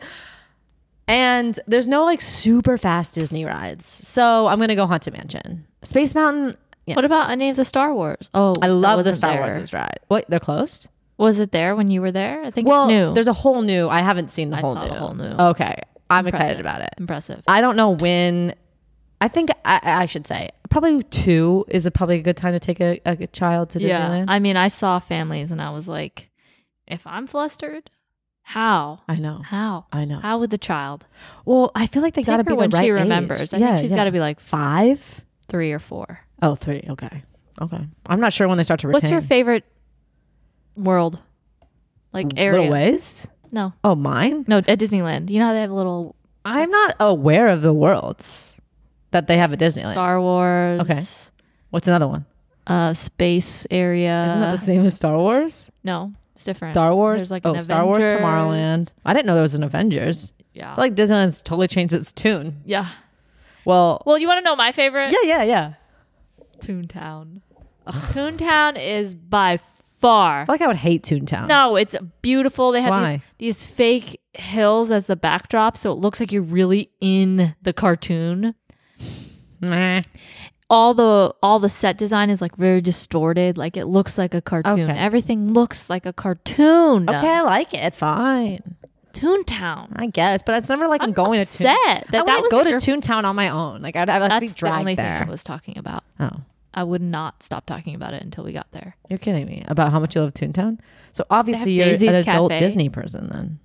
Speaker 2: And there's no like super fast Disney rides. So I'm going to go Haunted Mansion. Space Mountain, yeah.
Speaker 1: What about any of the Star Wars? Oh,
Speaker 2: I
Speaker 1: that
Speaker 2: love the
Speaker 1: wasn't
Speaker 2: Star
Speaker 1: there.
Speaker 2: Wars ride. What? They're closed?
Speaker 1: Was it there when you were there? I think
Speaker 2: Well,
Speaker 1: it's new.
Speaker 2: there's a whole new. I haven't seen the
Speaker 1: I
Speaker 2: whole
Speaker 1: saw
Speaker 2: new.
Speaker 1: the whole new.
Speaker 2: Okay, I'm excited
Speaker 1: Impressive.
Speaker 2: about it. Uh,
Speaker 1: impressive.
Speaker 2: I don't know when. I think I, I should say probably two is a, probably a good time to take a, a child to
Speaker 1: yeah.
Speaker 2: Disneyland.
Speaker 1: I mean, I saw families and I was like, if I'm flustered, how?
Speaker 2: I know.
Speaker 1: How?
Speaker 2: I know.
Speaker 1: How would the child?
Speaker 2: Well, I feel like they
Speaker 1: Take
Speaker 2: got to
Speaker 1: her
Speaker 2: be the
Speaker 1: when
Speaker 2: right
Speaker 1: she
Speaker 2: age.
Speaker 1: remembers. I think she's got to be like
Speaker 2: five.
Speaker 1: three or four.
Speaker 2: Oh, three. Okay. Okay. I'm not sure when they start to retain.
Speaker 1: What's your favorite world? Like area?
Speaker 2: Little ways.
Speaker 1: No,
Speaker 2: Oh, mine.
Speaker 1: no, at Disneyland. You know how they have little
Speaker 2: I'm not aware of the worlds that they have at Disneyland.
Speaker 1: Star Wars.
Speaker 2: Okay. What's another one?
Speaker 1: Uh, space area.
Speaker 2: Isn't that the same as Star Wars?
Speaker 1: no, it's different.
Speaker 2: Star Wars.
Speaker 1: Uh, There's like
Speaker 2: oh,
Speaker 1: an
Speaker 2: Star Wars
Speaker 1: Avengers.
Speaker 2: Tomorrowland. I didn't know there was an Avengers.
Speaker 1: Yeah.
Speaker 2: I feel like Disneyland's totally changed its tune.
Speaker 1: yeah.
Speaker 2: Well,
Speaker 1: Well, you want to know my favorite?
Speaker 2: yeah, yeah, yeah.
Speaker 1: Toontown. Toontown is by far.
Speaker 2: I feel like I would hate Toontown.
Speaker 1: No, it's beautiful. They have
Speaker 2: Why?
Speaker 1: these, these fake hills as the backdrop, so it looks like you're really in the cartoon.
Speaker 2: Meh.
Speaker 1: all the all the set design is like very distorted. Like it looks like a cartoon.
Speaker 2: Okay.
Speaker 1: Everything looks like a cartoon.
Speaker 2: Okay, I like it. Fine.
Speaker 1: Toontown.
Speaker 2: I guess, but it's never like I'm,
Speaker 1: I'm
Speaker 2: going
Speaker 1: upset
Speaker 2: to Toontown.
Speaker 1: that that
Speaker 2: I wouldn't
Speaker 1: was
Speaker 2: go to
Speaker 1: your-
Speaker 2: Toontown on my own. Like I'd, I'd have to be
Speaker 1: That's the
Speaker 2: dragged
Speaker 1: only
Speaker 2: there.
Speaker 1: thing I was talking about.
Speaker 2: oh,
Speaker 1: I would not stop talking about it until we got there.
Speaker 2: you're kidding me about how much you love Toontown. So obviously you're
Speaker 1: Daisy's
Speaker 2: an adult
Speaker 1: Cafe.
Speaker 2: Disney person then.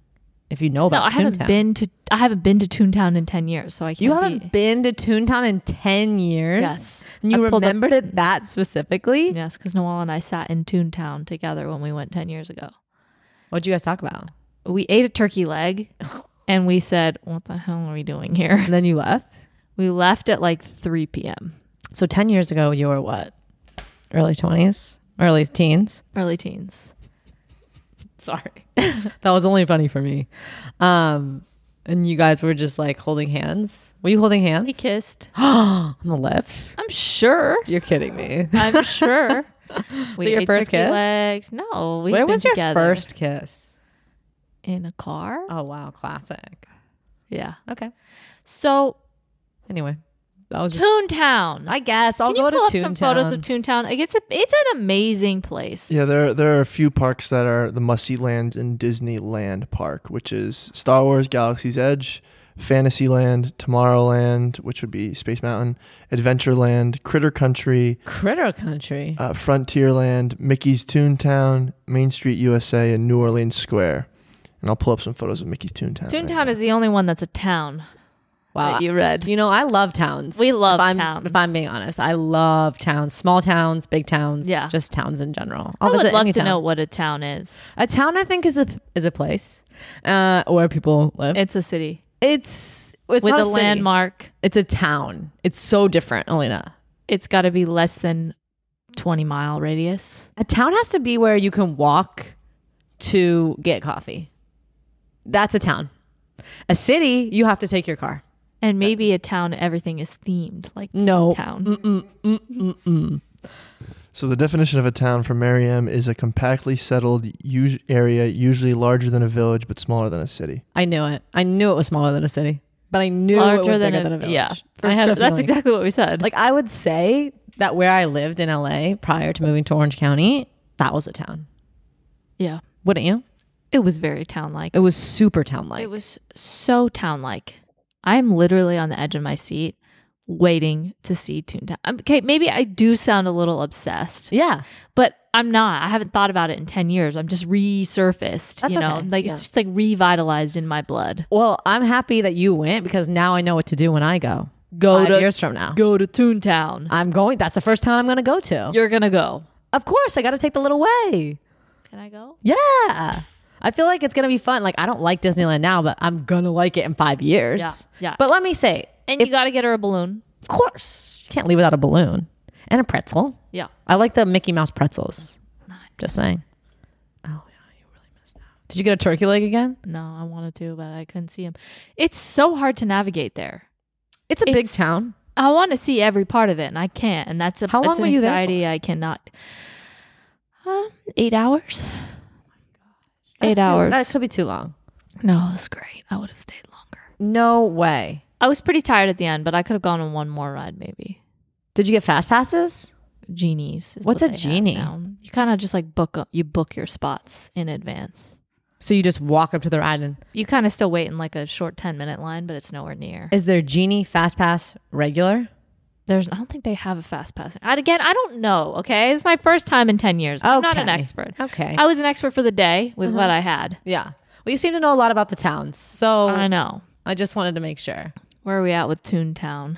Speaker 2: If you know about
Speaker 1: no, I haven't
Speaker 2: Toontown.
Speaker 1: been to I haven't been to Toontown in ten years, so I can't.
Speaker 2: You haven't
Speaker 1: be-
Speaker 2: been to Toontown in 10 years?
Speaker 1: Yes.
Speaker 2: And you
Speaker 1: I pulled up-
Speaker 2: remembered it that specifically?
Speaker 1: Yes, because Noel and I sat in Toontown together when we went ten years ago.
Speaker 2: What'd you guys talk about?
Speaker 1: We ate a turkey leg, and we said, "What the hell are we doing here?" [LAUGHS]
Speaker 2: And then you left?
Speaker 1: We left at like three p.m.
Speaker 2: So 10 years ago, you were what? Early 20s? Early teens?
Speaker 1: early teens. [LAUGHS]
Speaker 2: Sorry. [LAUGHS] that was only funny for me. Um, and you guys were just like holding hands? Were you holding
Speaker 1: We
Speaker 2: hands? [GASPS]
Speaker 1: kissed.
Speaker 2: On the lips?
Speaker 1: I'm sure.
Speaker 2: You're kidding me.
Speaker 1: I'm
Speaker 2: [LAUGHS]
Speaker 1: sure. we
Speaker 2: that your
Speaker 1: ate
Speaker 2: first
Speaker 1: turkey
Speaker 2: kiss?
Speaker 1: legs. No, we
Speaker 2: [LAUGHS] Where was your
Speaker 1: together
Speaker 2: first kiss?
Speaker 1: in a car.
Speaker 2: Oh, wow. Classic.
Speaker 1: Yeah.
Speaker 2: Okay.
Speaker 1: So
Speaker 2: Anyway, that
Speaker 1: [LAUGHS]
Speaker 2: was just.
Speaker 1: Toontown.
Speaker 2: I guess I'll
Speaker 1: Can you
Speaker 2: go
Speaker 1: pull
Speaker 2: to
Speaker 1: up some
Speaker 2: Toontown.
Speaker 1: photos of Toontown? Like it's a, it's an amazing place.
Speaker 3: Yeah, there there are a few parks that are the must see lands in Disneyland Park, which is Star Wars Galaxy's Edge, Fantasyland, Tomorrowland, which would be Space Mountain, Adventureland, Critter Country,
Speaker 2: Critter Country.
Speaker 3: uh, Frontierland, Mickey's Toontown, Main Street USA, and New Orleans Square. And I'll pull up some photos of Mickey's Toontown. right
Speaker 1: Toontown
Speaker 3: now.
Speaker 1: is the only one that's a town
Speaker 2: Wow.
Speaker 1: that you read.
Speaker 2: You know, I love towns.
Speaker 1: We love
Speaker 2: if I'm,
Speaker 1: towns.
Speaker 2: If I'm being honest, I love towns, small towns, big towns,
Speaker 1: Yeah.
Speaker 2: just towns in general. I'll
Speaker 1: I would
Speaker 2: visit
Speaker 1: love
Speaker 2: any
Speaker 1: to
Speaker 2: town.
Speaker 1: know what a town is.
Speaker 2: A town, I think, is a is a place uh, where people live.
Speaker 1: It's a city
Speaker 2: it's
Speaker 1: with
Speaker 2: it's not
Speaker 1: a
Speaker 2: a city.
Speaker 1: landmark.
Speaker 2: It's a town. It's so different, Elena.
Speaker 1: It's got to be less than 20 mile radius.
Speaker 2: A town has to be where you can walk to get coffee. That's a town. A city, you have to take your car.
Speaker 1: And maybe a town everything is themed like
Speaker 2: No,
Speaker 1: town.
Speaker 3: So the definition of a town for Merriam is a compactly settled us- area, usually larger than a village but smaller than a city.
Speaker 2: I knew it. I knew it was smaller than a city, but I knew it was bigger than a village.
Speaker 1: yeah. for
Speaker 2: I had
Speaker 1: sure.
Speaker 2: a
Speaker 1: That's
Speaker 2: feeling.
Speaker 1: exactly what we said.
Speaker 2: Like I would say that where I lived in LA prior to moving to Orange County, that was a town.
Speaker 1: yeah,
Speaker 2: Wouldn't you?
Speaker 1: it was very town-like.
Speaker 2: It was super town like.
Speaker 1: It was so town-like. I'm literally on the edge of my seat, waiting to see Toontown. Um, Okay, maybe I do sound a little obsessed,
Speaker 2: Yeah.
Speaker 1: but I'm not. I haven't thought about it in ten years. I'm just resurfaced.
Speaker 2: That's
Speaker 1: you know,
Speaker 2: okay.
Speaker 1: like
Speaker 2: Yeah.
Speaker 1: it's just like revitalized in my blood.
Speaker 2: Well, I'm happy that you went because now I know what to do when I go.
Speaker 1: Go
Speaker 2: Five
Speaker 1: to-
Speaker 2: years from now.
Speaker 1: Go to Toontown.
Speaker 2: I'm going. That's the first town I'm going to go to.
Speaker 1: You're gonna go.
Speaker 2: of course, I got to take the little way.
Speaker 1: Can I go?
Speaker 2: Yeah. I feel like it's going to be fun. Like, I don't like Disneyland now, but I'm going to like it in five years.
Speaker 1: Yeah, yeah.
Speaker 2: But let me say,
Speaker 1: And you got to get her a balloon.
Speaker 2: of course, you can't leave without a balloon and a pretzel.
Speaker 1: Yeah.
Speaker 2: I like the Mickey Mouse pretzels. Just saying. Oh, yeah, you really missed out. Did you get a turkey leg again?
Speaker 1: No, I wanted to, but I couldn't see him. It's so hard to navigate there.
Speaker 2: It's a big
Speaker 1: It's-
Speaker 2: town.
Speaker 1: I want to see every part of it, and I can't. And that's a
Speaker 2: How
Speaker 1: it's
Speaker 2: long
Speaker 1: an
Speaker 2: were you there
Speaker 1: anxiety I cannot. Uh, eight hours. Eight
Speaker 2: That's too-
Speaker 1: hours.
Speaker 2: That could be too long.
Speaker 1: no, it was great. I would have stayed longer.
Speaker 2: No way.
Speaker 1: I was pretty tired at the end, but I could have gone on one more ride, maybe.
Speaker 2: Did you get fast passes?
Speaker 1: Genies. is
Speaker 2: What's
Speaker 1: what they
Speaker 2: a
Speaker 1: have
Speaker 2: genie?
Speaker 1: now. You kind of just like book you book your spots in advance.
Speaker 2: So you just walk up to the ride and
Speaker 1: You kind of still wait in like a short ten minute line, but it's nowhere near.
Speaker 2: is there genie fast pass regular?
Speaker 1: There's, I don't think they have a fast pass. And again, I don't know. Okay, it's my first time in ten years. I'm not an
Speaker 2: Okay. Uh-huh.
Speaker 1: expert.
Speaker 2: Okay.
Speaker 1: I was an expert for the day with what I had.
Speaker 2: yeah. Well, you seem to know a lot about the towns, so
Speaker 1: I
Speaker 2: I,
Speaker 1: know.
Speaker 2: just wanted to make sure.
Speaker 1: Where are we at with Toontown?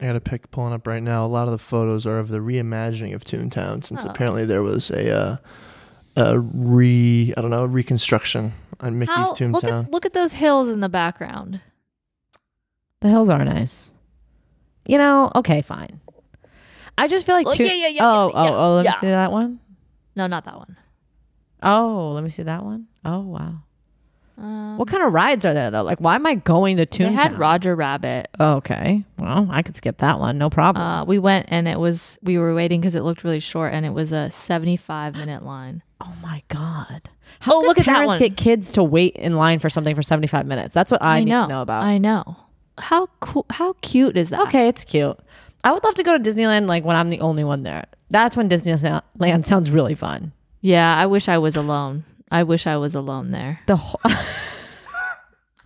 Speaker 3: I got a pic pulling up right now. A lot of the photos are of the reimagining of Toontown since
Speaker 1: Oh.
Speaker 3: apparently there was a uh, a re I don't know reconstruction on Mickey's
Speaker 1: How,
Speaker 3: Toontown.
Speaker 1: look at look at those hills in the background.
Speaker 2: The hills are nice. You know. Okay, fine. I just feel like
Speaker 1: Well,
Speaker 2: two-
Speaker 1: yeah, yeah, yeah,
Speaker 2: oh
Speaker 1: yeah,
Speaker 2: oh oh. Let
Speaker 1: yeah.
Speaker 2: me see that one.
Speaker 1: No, not that one.
Speaker 2: Oh, let me see that one. Oh wow.
Speaker 1: Um,
Speaker 2: What kind of rides are there though? Like, why am I going to
Speaker 1: they
Speaker 2: Toontown?
Speaker 1: had Roger Rabbit.
Speaker 2: Oh, okay. Well, I could skip that one. No problem.
Speaker 1: Uh, we went and it was we were waiting because it looked really short and it was a 75 minute line.
Speaker 2: oh my god. How
Speaker 1: Oh,
Speaker 2: could
Speaker 1: look at that
Speaker 2: parents
Speaker 1: one.
Speaker 2: get kids to wait in line for something for 75 minutes? That's what I, need
Speaker 1: know.
Speaker 2: to know about.
Speaker 1: I know. How cool? How cute is that?
Speaker 2: okay, it's cute. I would love to go to Disneyland like when I'm the only one there. That's when Disneyland sounds really fun.
Speaker 1: Yeah, I wish I was alone. I wish I was alone there.
Speaker 2: The whole,
Speaker 1: [LAUGHS]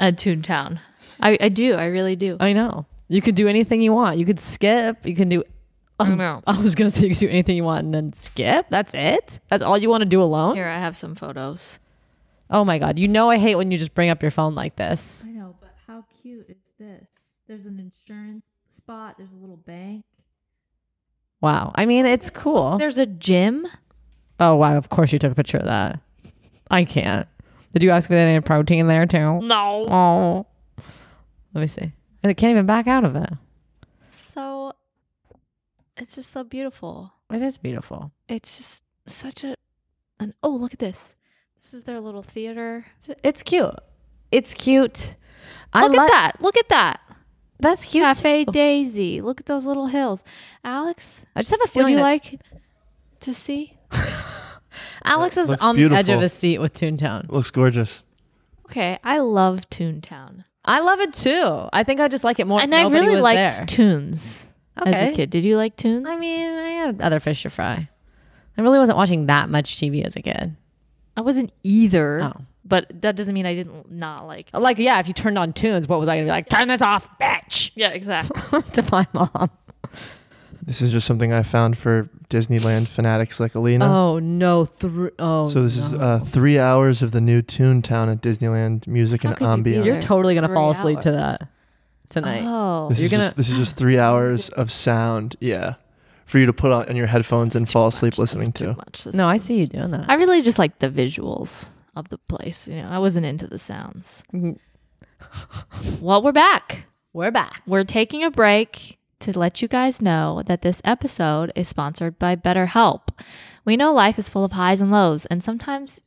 Speaker 1: at Toontown. I, I do. I really do.
Speaker 2: I know. You could do anything you want. You could skip. You can do um,
Speaker 1: I know.
Speaker 2: [LAUGHS] I was going to say you could do anything you want and then skip. That's it? That's all you want to do alone?
Speaker 1: Here, I have some photos.
Speaker 2: Oh my god. You know I hate when you just bring up your phone like this.
Speaker 1: I know, but how cute is this? There's an insurance spot. There's a little bank.
Speaker 2: Wow. I mean, it's cool.
Speaker 1: There's a gym.
Speaker 2: Oh wow, of course you took a picture of that. I can't. Did you ask if they had any protein there too?
Speaker 1: No.
Speaker 2: Oh. Let me see. It can't even back out of it.
Speaker 1: So it's just so beautiful.
Speaker 2: It is beautiful.
Speaker 1: It's just such a an oh look at this. This is their little theater.
Speaker 2: It's, it's cute. It's cute. I
Speaker 1: look
Speaker 2: like
Speaker 1: at that. Look at that.
Speaker 2: That's cute.
Speaker 1: Cafe
Speaker 2: too.
Speaker 1: Daisy. Look at those little hills. Alex,
Speaker 2: I just have a
Speaker 1: would
Speaker 2: feeling
Speaker 1: you
Speaker 2: that
Speaker 1: like to see?
Speaker 2: Alex is
Speaker 3: Looks
Speaker 2: on the edge of
Speaker 3: beautiful.
Speaker 2: his seat with Toontown.
Speaker 3: Looks gorgeous.
Speaker 1: Okay, I love Toontown.
Speaker 2: I love it too. I think I just like it more.
Speaker 1: and
Speaker 2: if
Speaker 1: I
Speaker 2: nobody
Speaker 1: really
Speaker 2: was
Speaker 1: liked
Speaker 2: there.
Speaker 1: tunes as
Speaker 2: Okay.
Speaker 1: a kid. Did you like tunes?
Speaker 2: I mean, I had other fish to fry. I really wasn't watching that much TV as a kid.
Speaker 1: I wasn't either,
Speaker 2: Oh.
Speaker 1: but that doesn't mean I didn't not like. [LAUGHS]
Speaker 2: Like, yeah, if you turned on tunes, what was I gonna be like? Turn this off, bitch. [LAUGHS]
Speaker 1: Yeah, exactly.
Speaker 2: to my mom.
Speaker 3: This is just something I found for Disneyland fanatics like Alina.
Speaker 2: Oh no! Thr- oh,
Speaker 3: So this is uh, three hours of the new Toontown at Disneyland music
Speaker 1: How
Speaker 3: and
Speaker 1: could you be
Speaker 3: ambiance.
Speaker 2: you're totally gonna
Speaker 1: Three
Speaker 2: fall asleep to
Speaker 1: hours.
Speaker 2: that tonight.
Speaker 1: oh,
Speaker 3: This
Speaker 2: You're
Speaker 3: is
Speaker 2: gonna-
Speaker 3: just, this is
Speaker 1: [LAUGHS]
Speaker 3: just three hours of sound. Yeah, for you to put on your headphones and fall asleep listening
Speaker 1: too
Speaker 3: to.
Speaker 1: much.
Speaker 2: no, I see you doing that.
Speaker 1: I really just like the visuals of the place. You know, I wasn't into the sounds.
Speaker 2: Mhm.
Speaker 1: well, we're back.
Speaker 2: We're back.
Speaker 1: We're taking a break to let you guys know that this episode is sponsored by BetterHelp. We know life is full of highs and lows, and sometimes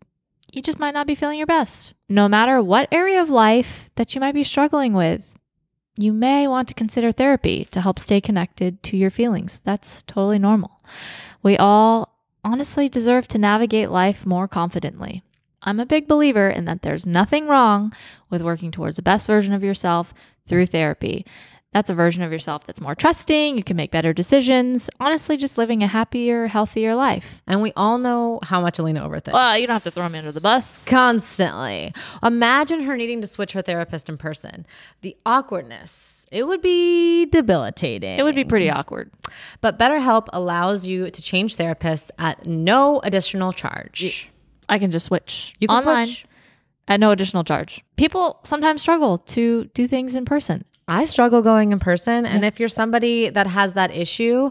Speaker 1: you just might not be feeling your best. No matter what area of life that you might be struggling with, you may want to consider therapy to help stay connected to your feelings. That's totally normal. We all honestly deserve to navigate life more confidently. I'm a big believer in that there's nothing wrong with working towards the best version of yourself through therapy. That's a version of yourself that's more trusting, you can make better decisions, honestly, just living a happier, healthier life.
Speaker 2: And we all know how much Alina overthinks.
Speaker 1: Well, you don't have to throw me under the bus.
Speaker 2: Constantly. Imagine her needing to switch her therapist in person. The awkwardness. It would be debilitating.
Speaker 1: It would be pretty awkward.
Speaker 2: But BetterHelp allows you to change therapists at no additional charge.
Speaker 1: I can just switch
Speaker 2: You can
Speaker 1: online
Speaker 2: switch.
Speaker 1: at no additional charge. People sometimes struggle to do things in person.
Speaker 2: I struggle going in person. And if you're somebody that has that issue,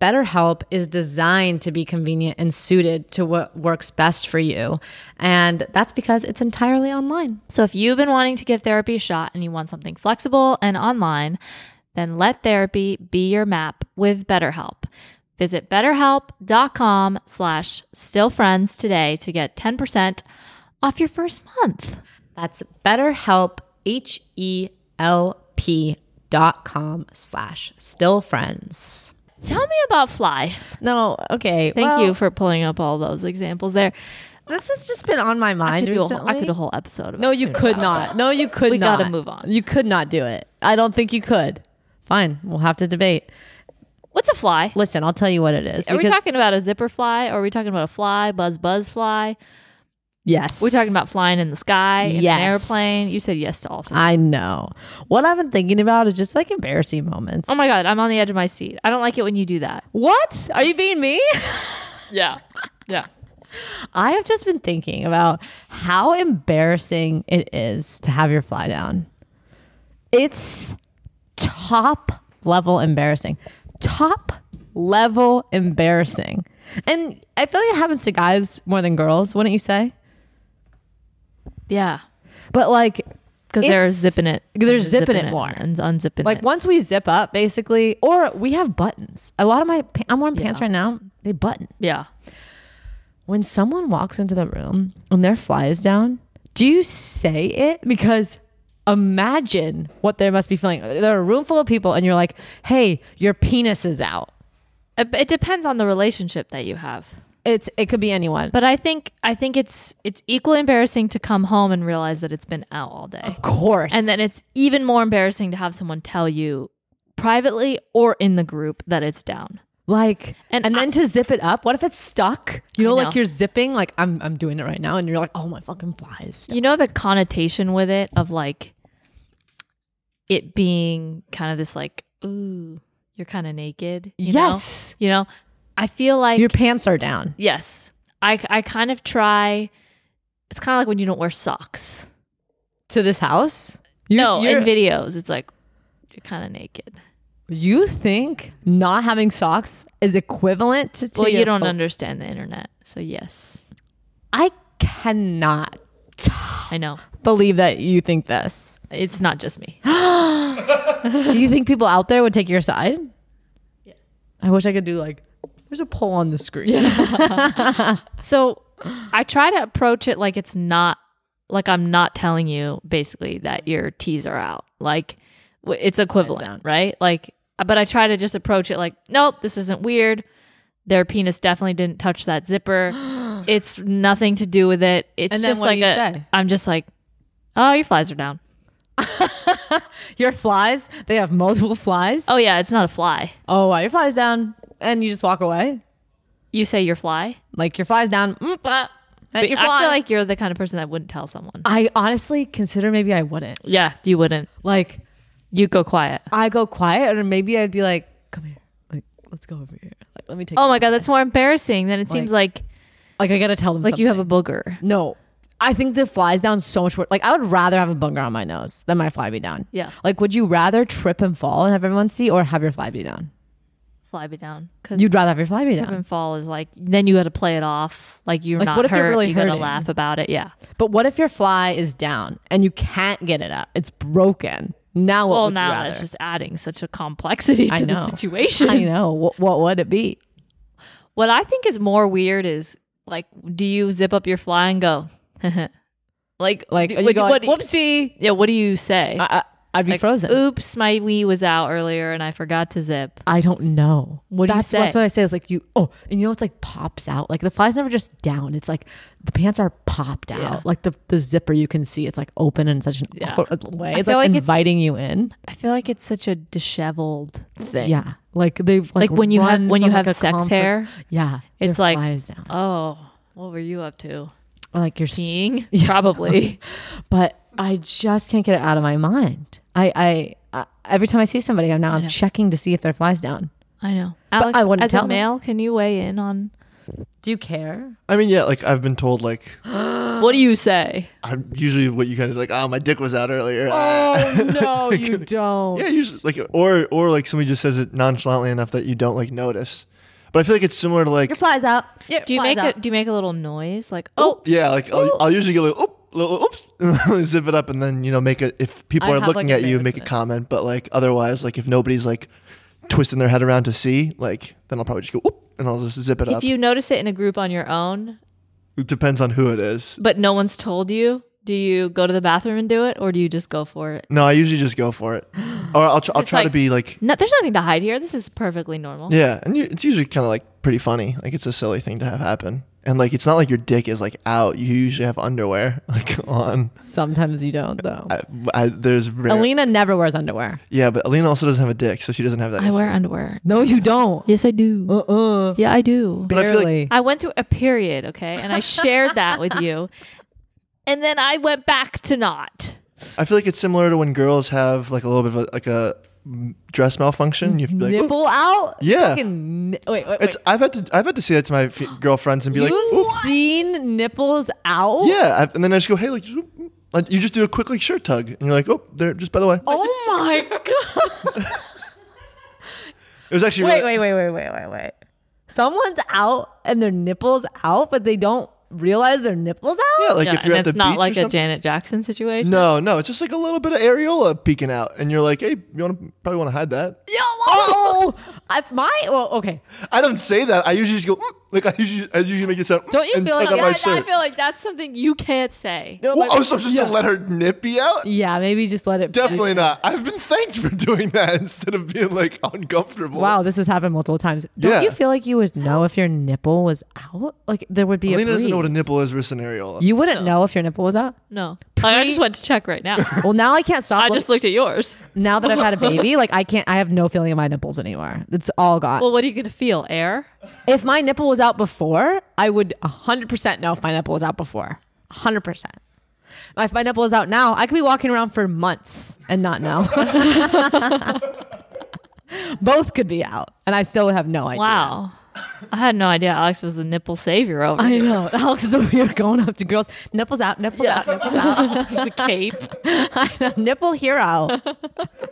Speaker 2: BetterHelp is designed to be convenient and suited to what works best for you. And that's because it's entirely online.
Speaker 1: So if you've been wanting to give therapy a shot and you want something flexible and online, then let therapy be your map with BetterHelp. Visit betterhelp.com slash stillfriends today to get 10% off your first month.
Speaker 2: That's BetterHelp, H E L P dot com slash still friends.
Speaker 1: Tell me about Fly.
Speaker 2: No, okay.
Speaker 1: Thank
Speaker 2: well,
Speaker 1: you for pulling up all those examples there.
Speaker 2: This has just been on my
Speaker 1: I
Speaker 2: mind
Speaker 1: could, do a
Speaker 2: recently.
Speaker 1: whole, I could do a whole episode.
Speaker 2: no, you could not. No, you could
Speaker 1: We
Speaker 2: not.
Speaker 1: gotta move on.
Speaker 2: You could not do it. I don't think you could. Fine, we'll have to debate.
Speaker 1: What's a fly?
Speaker 2: Listen, I'll tell you what it is.
Speaker 1: Are we
Speaker 2: because-
Speaker 1: talking about a zipper fly? Or are we talking about a fly, buzz, buzz fly?
Speaker 2: Yes,
Speaker 1: We're talking about flying in the sky, in
Speaker 2: Yes.
Speaker 1: an airplane. You said yes to all three.
Speaker 2: I know. What I've been thinking about is just like embarrassing moments.
Speaker 1: Oh my god, I'm on the edge of my seat. I don't like it when you do that.
Speaker 2: what? Are you being me? [LAUGHS]
Speaker 1: Yeah. Yeah.
Speaker 2: I have just been thinking about how embarrassing it is to have your fly down. It's top level embarrassing. Top level embarrassing. And I feel like it happens to guys more than girls, wouldn't you say?
Speaker 1: Yeah.
Speaker 2: But like,
Speaker 1: Because they're
Speaker 2: It's-
Speaker 1: zipping it.
Speaker 2: They're zipping it more.
Speaker 1: and unzipping
Speaker 2: like
Speaker 1: it.
Speaker 2: once we zip up, basically, or we have buttons. A lot of my, pa- I'm wearing pants
Speaker 1: Yeah.
Speaker 2: right now. They button.
Speaker 1: Yeah.
Speaker 2: when someone walks into the room and their fly is down, do you say it? Because imagine what they must be feeling. They're a room full of people, and you're like, hey, your penis is out.
Speaker 1: It, it depends on the relationship that you have.
Speaker 2: It's it could be anyone. But
Speaker 1: But I think I think it's it's equally embarrassing to come home and realize that it's been out all day.
Speaker 2: of course.
Speaker 1: And then it's even more embarrassing to have someone tell you privately or in the group that it's down.
Speaker 2: like and,
Speaker 1: And
Speaker 2: then to zip it up, what if it's stuck? You know,
Speaker 1: I
Speaker 2: like
Speaker 1: know.
Speaker 2: you're zipping, like I'm I'm doing it right now, and you're like, oh my fucking fly is stuck.
Speaker 1: You know the connotation with it of like it being kind of this like, ooh, you're kind of naked. You know?
Speaker 2: yes.
Speaker 1: You know, I feel like
Speaker 2: your pants are down.
Speaker 1: yes, I I kind of try. It's kind of like when you don't wear socks.
Speaker 2: To this house? You're-
Speaker 1: no,
Speaker 2: you're-
Speaker 1: in videos, it's like you're kind of naked.
Speaker 2: you think not having socks is equivalent to
Speaker 1: Well, you
Speaker 2: your-
Speaker 1: don't
Speaker 2: Oh,
Speaker 1: understand the internet, so yes,
Speaker 2: I cannot
Speaker 1: I know
Speaker 2: believe that you think this.
Speaker 1: it's not just me.
Speaker 2: Do you think people out there would take your side?
Speaker 1: Yes.
Speaker 2: I wish I could do like, there's a poll on the screen.
Speaker 1: So I try to approach it like it's not like I'm not telling you basically that your T's are out. Like w- it's
Speaker 2: down.
Speaker 1: equivalent, right? Like, uh, but I try to just approach it like, nope, this isn't weird. Their penis definitely didn't touch that zipper.
Speaker 2: [GASPS]
Speaker 1: it's nothing to do with it. It's
Speaker 2: And then
Speaker 1: just
Speaker 2: what do
Speaker 1: like
Speaker 2: you
Speaker 1: a.
Speaker 2: say?
Speaker 1: am just like, oh, your flies are down.
Speaker 2: [LAUGHS] Your flies, they have multiple flies.
Speaker 1: Oh yeah, it's not a fly.
Speaker 2: Oh, wow, your flies down. And you just walk away.
Speaker 1: You say your fly.
Speaker 2: Like your flies down. Mm, ah, not your
Speaker 1: I
Speaker 2: fly.
Speaker 1: feel like you're the kind of person that wouldn't tell someone.
Speaker 2: I honestly consider maybe I wouldn't.
Speaker 1: Yeah, you wouldn't.
Speaker 2: Like
Speaker 1: You go quiet.
Speaker 2: I go quiet or maybe I'd be like, come here. Like, let's go over here. Like, let me take
Speaker 1: Oh my god, that's more embarrassing than it seems like
Speaker 2: Like I gotta tell them
Speaker 1: like you have
Speaker 2: something.
Speaker 1: a booger.
Speaker 2: No. I think the flies down so much worse. Like I would rather have a bunger on my nose than my fly be down.
Speaker 1: Yeah.
Speaker 2: Like would you rather trip and fall and have everyone see or have your fly be down?
Speaker 1: fly me down because
Speaker 2: You'd rather have your fly be
Speaker 1: trip
Speaker 2: down.
Speaker 1: and fall is like then you got to play it off like you're
Speaker 2: Like,
Speaker 1: not
Speaker 2: what if you're
Speaker 1: hurt.
Speaker 2: really
Speaker 1: you gotta
Speaker 2: hurting?
Speaker 1: laugh about it. Yeah.
Speaker 2: But what if your fly is down and you can't get it up? It's broken. Now what
Speaker 1: well,
Speaker 2: would you
Speaker 1: now
Speaker 2: rather?
Speaker 1: that's just adding such a complexity [LAUGHS] to
Speaker 2: I know.
Speaker 1: the situation.
Speaker 2: [LAUGHS] I know. What, what would it be?
Speaker 1: [LAUGHS] What I think is more weird is like, do you zip up your fly and go, [LAUGHS] like,
Speaker 2: Like
Speaker 1: do-
Speaker 2: you
Speaker 1: what-
Speaker 2: go
Speaker 1: what
Speaker 2: like,
Speaker 1: do you-
Speaker 2: whoopsie.
Speaker 1: yeah, what do you say?
Speaker 2: I, I, I'd be
Speaker 1: Like,
Speaker 2: frozen.
Speaker 1: Oops, my Wii was out earlier and I forgot to zip.
Speaker 2: I don't know.
Speaker 1: What do you
Speaker 2: that's,
Speaker 1: say?
Speaker 2: That's what I say. It's like you. Oh, and you know it's like pops out. Like the fly's never just down. It's like the pants are popped out.
Speaker 1: Yeah.
Speaker 2: Like the the zipper you can see. It's like open in such an
Speaker 1: Yeah.
Speaker 2: awkward way.
Speaker 1: I
Speaker 2: It's
Speaker 1: feel
Speaker 2: like,
Speaker 1: like it's-
Speaker 2: inviting you in.
Speaker 1: I feel like it's such a disheveled thing.
Speaker 2: Yeah. Like they've
Speaker 1: Like,
Speaker 2: like,
Speaker 1: when you have
Speaker 2: run
Speaker 1: when you
Speaker 2: from,
Speaker 1: have
Speaker 2: like, a
Speaker 1: sex
Speaker 2: conflict.
Speaker 1: hair.
Speaker 2: Yeah.
Speaker 1: it's
Speaker 2: their
Speaker 1: like-
Speaker 2: flies down.
Speaker 1: Oh, what were you up to?
Speaker 2: Or, like you're s-
Speaker 1: [LAUGHS] Peeing?
Speaker 2: [LAUGHS] Yeah.
Speaker 1: Probably.
Speaker 2: But I just can't get it out of my mind. I I. I uh, Every time I see somebody, I'm now I'm checking to see if their flies down.
Speaker 1: I know. Alex,
Speaker 2: I wouldn't
Speaker 1: as
Speaker 2: tell
Speaker 1: a
Speaker 2: them.
Speaker 1: male, can you weigh in on
Speaker 2: Do you care?
Speaker 3: I mean, yeah, like I've been told, like Uh,
Speaker 1: what do you say?
Speaker 3: I'm usually what you kind of like. Oh, my dick was out earlier.
Speaker 2: [LAUGHS] Oh no, you don't.
Speaker 3: Yeah, usually like or or like somebody just says it nonchalantly enough that you don't like notice. But I feel like it's similar to
Speaker 2: Your
Speaker 3: like
Speaker 2: flies out. Your
Speaker 1: Do you
Speaker 2: flies
Speaker 1: make a
Speaker 2: out.
Speaker 1: do you make a little noise like oh
Speaker 3: yeah, like I'll, I'll usually go like oop, little oops, [LAUGHS] and zip it up, and then you know make a if people
Speaker 2: I
Speaker 3: are
Speaker 2: have, like,
Speaker 3: looking at you, make a
Speaker 2: embarrassment.
Speaker 3: comment. But like otherwise, like if nobody's like twisting their head around to see, like then I'll probably just go oop, and I'll just zip it
Speaker 1: oh, if
Speaker 3: up.
Speaker 1: you notice it in a group on your own
Speaker 3: it depends on who it is.
Speaker 1: but no one's told you do you go to the bathroom and do it or do you just go for it
Speaker 3: No, I usually just go for it, or I'll tr- I'll
Speaker 1: It's
Speaker 3: try to
Speaker 1: like-
Speaker 3: be like
Speaker 1: no, there's nothing to hide here this is perfectly normal
Speaker 3: Yeah, and you, it's usually kind of like pretty funny. Like it's a silly thing to have happen, and like it's not like your dick is like out. You usually have underwear [LAUGHS] like on.
Speaker 2: Sometimes you don't though.
Speaker 3: I, I, there's rare.
Speaker 2: Alina never wears underwear.
Speaker 3: Yeah, but Alina also doesn't have a dick, so she doesn't have that.
Speaker 1: i
Speaker 3: issue.
Speaker 1: wear underwear
Speaker 2: No, you don't.
Speaker 1: yes i
Speaker 3: Oh.
Speaker 1: do
Speaker 2: Uh-uh.
Speaker 1: yeah i do
Speaker 3: But I feel like-
Speaker 2: Barely.
Speaker 1: i went through a period okay and i shared that with
Speaker 3: [LAUGHS]
Speaker 1: you and then i went back to not
Speaker 3: I feel like it's similar to when girls have like a little bit of a, like a mm, dress malfunction. You have to be like, "Oop."
Speaker 2: nipple out?
Speaker 3: Yeah.
Speaker 2: Fucking ni- wait, wait, wait.
Speaker 3: it's I've had to I've had to say that to my f- girlfriends and be like,
Speaker 2: You've
Speaker 3: "Oop."
Speaker 2: seen nipples out?
Speaker 3: yeah, I, and then I just go, hey, like, just, oop, oop." like you just do a quick like shirt tug, and you're like, oh, there. Just by the way,
Speaker 2: Oh my
Speaker 3: [LAUGHS]
Speaker 2: god.
Speaker 3: it was actually
Speaker 2: wait,
Speaker 3: really-
Speaker 2: wait, wait, wait, wait, wait, wait. Someone's out and their nipples out, but they don't realize their nipples out?
Speaker 3: Yeah, like
Speaker 1: yeah,
Speaker 3: if you're
Speaker 1: and
Speaker 3: at the
Speaker 1: it's not
Speaker 3: beach or
Speaker 1: like a
Speaker 3: something.
Speaker 1: janet jackson situation
Speaker 3: No, no, it's just like a little bit of areola peeking out, and you're like, hey, you want to probably want to hide that.
Speaker 2: Yo, oh! If my well, okay.
Speaker 3: I don't say that. I usually just go "Mm," like I usually, I usually make it sound.
Speaker 2: Don't you
Speaker 3: and
Speaker 2: feel
Speaker 3: tighten
Speaker 2: like-
Speaker 3: up
Speaker 1: yeah,
Speaker 3: my
Speaker 1: and i
Speaker 3: shirt.
Speaker 1: feel like that's something you can't say
Speaker 3: Well, oh, I was supposed
Speaker 2: yeah.
Speaker 3: to let her nip be out.
Speaker 2: Yeah, maybe just let it.
Speaker 3: Definitely not. I've been thanked for [LAUGHS] doing that instead of being like uncomfortable.
Speaker 2: Wow, this has happened multiple times. Don't
Speaker 3: Yeah.
Speaker 2: you feel like you would know if your nipple was out? Like there would be
Speaker 3: Lena
Speaker 2: a
Speaker 3: doesn't know what a
Speaker 2: breeze.
Speaker 3: nipple is versus an areola.
Speaker 2: You wouldn't know if your nipple was out.
Speaker 1: no Like, i just went to check right now
Speaker 2: Well, now I
Speaker 3: [LAUGHS]
Speaker 2: can't stop.
Speaker 1: i just looked at yours
Speaker 2: now that I've had a baby, like I can't. I have no feeling in my nipples anymore. It's all
Speaker 1: [LAUGHS]
Speaker 2: gone.
Speaker 1: Well, what are you going to feel? Air?
Speaker 2: if my nipple was out before, I would 100% know if my nipple was out before. 100%. If my nipple was out now, I could be walking around for months and not
Speaker 3: [LAUGHS]
Speaker 2: know. [LAUGHS] Both could be out, and I still would have no idea.
Speaker 1: Wow. I had no idea Alex was the nipple savior over
Speaker 2: [LAUGHS] I
Speaker 1: here.
Speaker 2: know. Alex is over here going up to girls, nipples out, nipples out, nipples out.
Speaker 1: [LAUGHS] Just a cape.
Speaker 2: [LAUGHS] Nipple hero. [LAUGHS]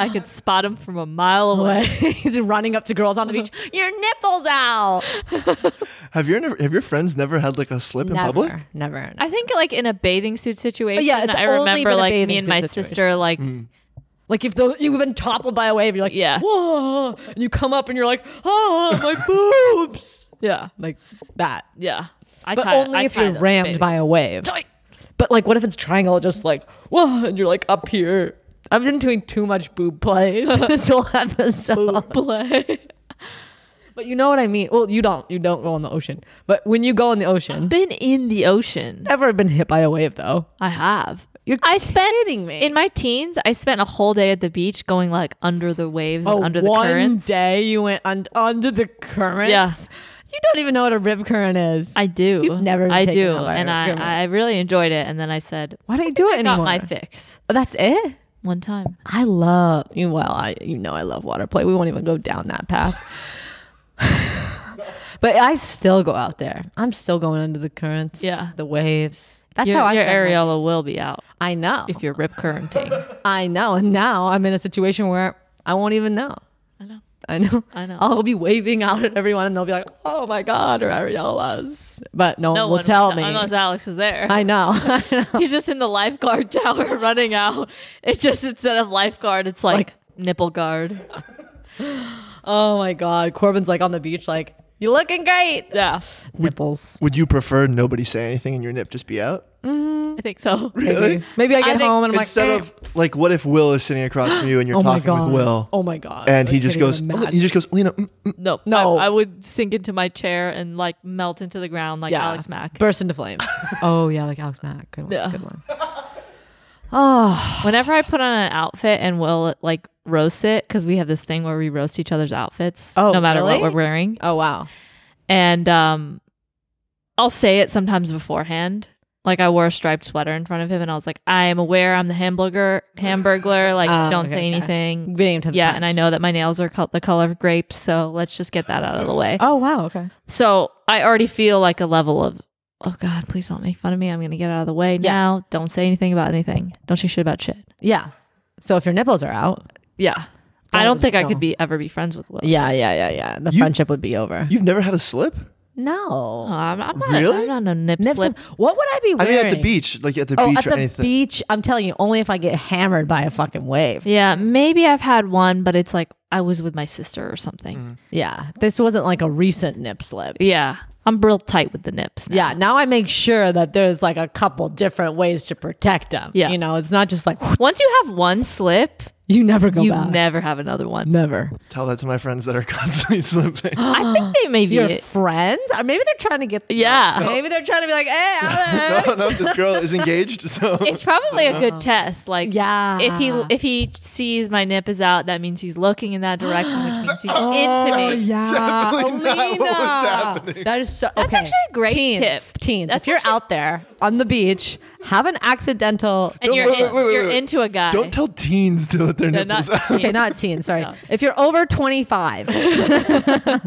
Speaker 1: I could spot him from a mile away.
Speaker 2: [LAUGHS] He's running up to girls on the beach. [LAUGHS] Your nipples out.
Speaker 3: Have your have your friends never had like a slip in public?
Speaker 2: Never, never.
Speaker 1: I think like in a bathing suit situation,
Speaker 2: Yeah, it's
Speaker 1: I
Speaker 2: only
Speaker 1: remember
Speaker 2: been a
Speaker 1: like
Speaker 2: bathing
Speaker 1: me and
Speaker 2: suit
Speaker 1: my
Speaker 2: situation.
Speaker 1: sister like
Speaker 3: Mm.
Speaker 2: Like if those, you've been toppled by a wave, you're like,
Speaker 1: Yeah.
Speaker 2: whoa, and you come up and you're like, oh, [LAUGHS] my boobs,
Speaker 1: yeah,
Speaker 2: like that.
Speaker 1: yeah. I
Speaker 2: But
Speaker 1: tie-
Speaker 2: only
Speaker 1: I
Speaker 2: if
Speaker 1: tie
Speaker 2: you're
Speaker 1: the
Speaker 2: rammed
Speaker 1: bathing
Speaker 2: by a wave.
Speaker 1: [LAUGHS] suit.
Speaker 2: But like, what if it's triangle, just like, whoa, and you're like up here. I've been doing too much boob play [LAUGHS] this whole episode.
Speaker 1: Boob play.
Speaker 2: But you know what I mean. Well, you don't. You don't go in the ocean. But when you go in the ocean,
Speaker 1: Been in the ocean.
Speaker 2: never been hit by a wave though.
Speaker 1: I have.
Speaker 2: You're
Speaker 1: I spent
Speaker 2: kidding me.
Speaker 1: in my teens. I spent a whole day at the beach going like under the waves and under the
Speaker 2: Oh, one
Speaker 1: currents.
Speaker 2: day you went un- under the currents.
Speaker 1: Yeah.
Speaker 2: You don't even know what a rib current is.
Speaker 1: I do.
Speaker 2: You've never been
Speaker 1: I
Speaker 2: taken
Speaker 1: do,
Speaker 2: out by a
Speaker 1: and
Speaker 2: river.
Speaker 1: I, I really enjoyed it. And then I said,
Speaker 2: Why don't you do it
Speaker 1: I got
Speaker 2: anymore?
Speaker 1: my fix
Speaker 2: That's it.
Speaker 1: one time.
Speaker 2: I love you. Well, I you know I love water play. We won't even go down that path. [LAUGHS] but I still go out there. I'm still going under the currents.
Speaker 1: Yeah.
Speaker 2: the waves. That's
Speaker 1: your
Speaker 2: how I
Speaker 1: your
Speaker 2: feel.
Speaker 1: areola will be out
Speaker 2: I know.
Speaker 1: if you're rip
Speaker 2: [LAUGHS]
Speaker 1: currenting.
Speaker 2: I know. And now I'm in a situation where I won't even know.
Speaker 1: I know.
Speaker 2: I know.
Speaker 1: I know.
Speaker 2: I'll be waving out at everyone, and they'll be like, "Oh my God, or Arielas," but no, one will tell me.
Speaker 1: unless Alex is there.
Speaker 2: I know. [LAUGHS] I
Speaker 1: [LAUGHS]
Speaker 2: know.
Speaker 1: He's just in the lifeguard [LAUGHS] tower running out. It's just instead of lifeguard, it's like, nipple guard.
Speaker 2: Oh my God, Corbin's like on the beach, like you looking great.
Speaker 1: Yeah,
Speaker 2: Nipples.
Speaker 3: Would you prefer nobody say anything and your nip just be out?
Speaker 1: I think so.
Speaker 3: Really?
Speaker 2: Maybe I get
Speaker 1: think-
Speaker 2: home and I'm
Speaker 3: Instead
Speaker 2: like, eh.
Speaker 3: of like, what if Will is sitting across from you and you're
Speaker 2: oh my
Speaker 3: talking
Speaker 2: god,
Speaker 3: with Will,
Speaker 2: oh my god,
Speaker 3: and
Speaker 2: I
Speaker 3: he just
Speaker 2: can't
Speaker 3: goes,
Speaker 2: even
Speaker 3: "Oh,
Speaker 2: imagine.
Speaker 3: he just goes, Lena, mm, mm,
Speaker 1: No,
Speaker 2: No.
Speaker 1: I, I would sink into my chair and like melt into the ground like
Speaker 2: Yeah.
Speaker 1: Alex Mack.
Speaker 2: [LAUGHS] burst into flames. oh yeah, like Alex Mack, good one,
Speaker 1: Yeah.
Speaker 2: good one. Oh,
Speaker 1: Whenever I put on an outfit and Will like roast it, because we have this thing where we roast each other's outfits,
Speaker 2: Oh,
Speaker 1: no matter
Speaker 2: really?
Speaker 1: what we're wearing,
Speaker 2: oh wow,
Speaker 1: and um, I'll say it sometimes beforehand. Like I wore a striped sweater in front of him, and I was like, "I am aware I'm the hamburger,
Speaker 2: [LAUGHS]
Speaker 1: hamburglar. Like,
Speaker 2: Oh,
Speaker 1: don't
Speaker 2: okay,
Speaker 1: say
Speaker 2: okay.
Speaker 1: anything."
Speaker 2: being to the
Speaker 1: Yeah,
Speaker 2: punch.
Speaker 1: and I know that my nails are col- the color of grapes, so let's just get that out of the way.
Speaker 2: Oh wow, okay,
Speaker 1: So I already feel like a level of, oh God, please don't make fun of me. I'm going to get out of the way
Speaker 2: Yeah.
Speaker 1: now. Don't say anything about anything. Don't say shit about shit.
Speaker 2: yeah. So if your nipples are out,
Speaker 1: Yeah. I
Speaker 2: Don't-
Speaker 1: don't think I
Speaker 2: don't.
Speaker 1: could be ever be friends with Will.
Speaker 2: yeah, yeah, yeah, yeah, the
Speaker 3: You-
Speaker 2: friendship would be over.
Speaker 3: you've never had a slip?
Speaker 2: no,
Speaker 1: Oh, I'm, I'm not,
Speaker 3: Really?
Speaker 1: I'm not a nip
Speaker 2: Nip
Speaker 1: slip.
Speaker 2: slip. What would I be
Speaker 3: I
Speaker 2: wearing?
Speaker 3: mean, at the beach, like at the
Speaker 2: Oh,
Speaker 3: beach
Speaker 2: at
Speaker 3: or
Speaker 2: the
Speaker 3: anything.
Speaker 2: beach. I'm telling you, only if I get hammered by a fucking wave.
Speaker 1: Yeah, maybe I've had one, but it's like I was with my sister or something.
Speaker 2: Mm. Yeah, this wasn't like a recent nip slip.
Speaker 1: Yeah. I'm real tight with the nips. Now.
Speaker 2: Yeah, now I make sure that there's like a couple different ways to protect them.
Speaker 1: Yeah.
Speaker 2: you know, it's not just like [LAUGHS]
Speaker 1: Once you have one slip,
Speaker 2: you never go
Speaker 1: you
Speaker 2: back.
Speaker 1: never have another one.
Speaker 2: never.
Speaker 3: Tell that to my friends that are [LAUGHS]
Speaker 1: [LAUGHS]
Speaker 3: constantly slipping.
Speaker 1: I think they may be
Speaker 2: Your
Speaker 1: it.
Speaker 2: friends, or maybe they're trying to get.
Speaker 1: Yeah.
Speaker 2: maybe they're trying to be like, hey,
Speaker 3: [LAUGHS]
Speaker 2: Alex.
Speaker 3: no, no, this girl is engaged, so
Speaker 1: It's probably a good test. Like,
Speaker 2: Uh-huh. Yeah.
Speaker 1: if he if he sees my nip is out, that means he's looking in that direction, which means he's into
Speaker 2: [GASPS]
Speaker 3: [LAUGHS]
Speaker 2: Oh,
Speaker 1: me.
Speaker 2: yeah,
Speaker 3: Definitely not what was
Speaker 2: Alina.
Speaker 3: happening.
Speaker 2: That is so. Okay.
Speaker 1: That's actually a great
Speaker 2: teens,
Speaker 1: tip.
Speaker 2: Teens, if
Speaker 1: That's
Speaker 2: you're out there on the beach, have an accidental.
Speaker 1: And you're,
Speaker 3: wait,
Speaker 1: in,
Speaker 3: wait, wait, wait,
Speaker 1: you're
Speaker 3: wait.
Speaker 1: into a guy.
Speaker 3: don't tell teens to let their
Speaker 1: They're
Speaker 3: nipples
Speaker 1: not teens.
Speaker 2: [LAUGHS]
Speaker 3: out. [LAUGHS]
Speaker 2: [LAUGHS] Okay, not teen. Sorry.
Speaker 1: No.
Speaker 2: If you're
Speaker 1: [LAUGHS]
Speaker 2: over 25 and you're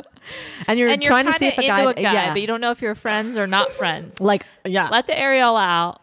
Speaker 1: and you're
Speaker 2: trying to see if a
Speaker 1: kinda
Speaker 2: guy,
Speaker 1: into a guy,
Speaker 2: yeah,
Speaker 1: but you don't know if you're friends or not friends.
Speaker 2: like yeah,
Speaker 1: Let the areola out.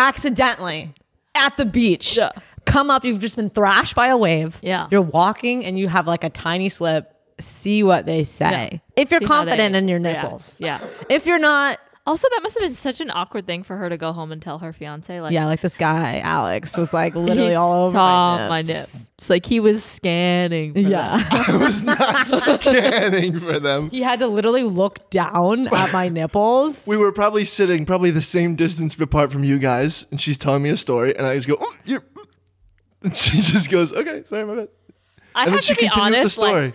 Speaker 2: accidentally at the beach,
Speaker 1: Yeah.
Speaker 2: come up. You've just been thrashed by a wave.
Speaker 1: Yeah.
Speaker 2: you're walking and you have like a tiny slip. See what they say.
Speaker 1: Yeah.
Speaker 2: If you're
Speaker 1: See how
Speaker 2: confident
Speaker 1: they-
Speaker 2: in your
Speaker 1: yeah,
Speaker 2: nipples,
Speaker 1: yeah.
Speaker 2: If you're not,
Speaker 1: Also, that must have been such an awkward thing for her to go home and tell her fiance. Like,
Speaker 2: yeah, like this guy Alex was like
Speaker 1: he
Speaker 2: literally all over
Speaker 1: saw
Speaker 2: my
Speaker 1: my
Speaker 2: nips.
Speaker 1: nips. It's like he was scanning. for [LAUGHS] that.
Speaker 2: Yeah,
Speaker 3: I
Speaker 1: [LAUGHS]
Speaker 3: was not scanning for them.
Speaker 2: he had to literally look down
Speaker 1: [LAUGHS]
Speaker 2: at my nipples.
Speaker 3: We were probably sitting probably the same distance apart from you guys, and she's telling me a story, and I just go, oh, you [LAUGHS] and she just goes, okay, sorry, my bad.
Speaker 1: I
Speaker 3: And then
Speaker 1: have
Speaker 3: she
Speaker 1: to be
Speaker 3: continued
Speaker 1: honest.
Speaker 3: the story.
Speaker 1: Like,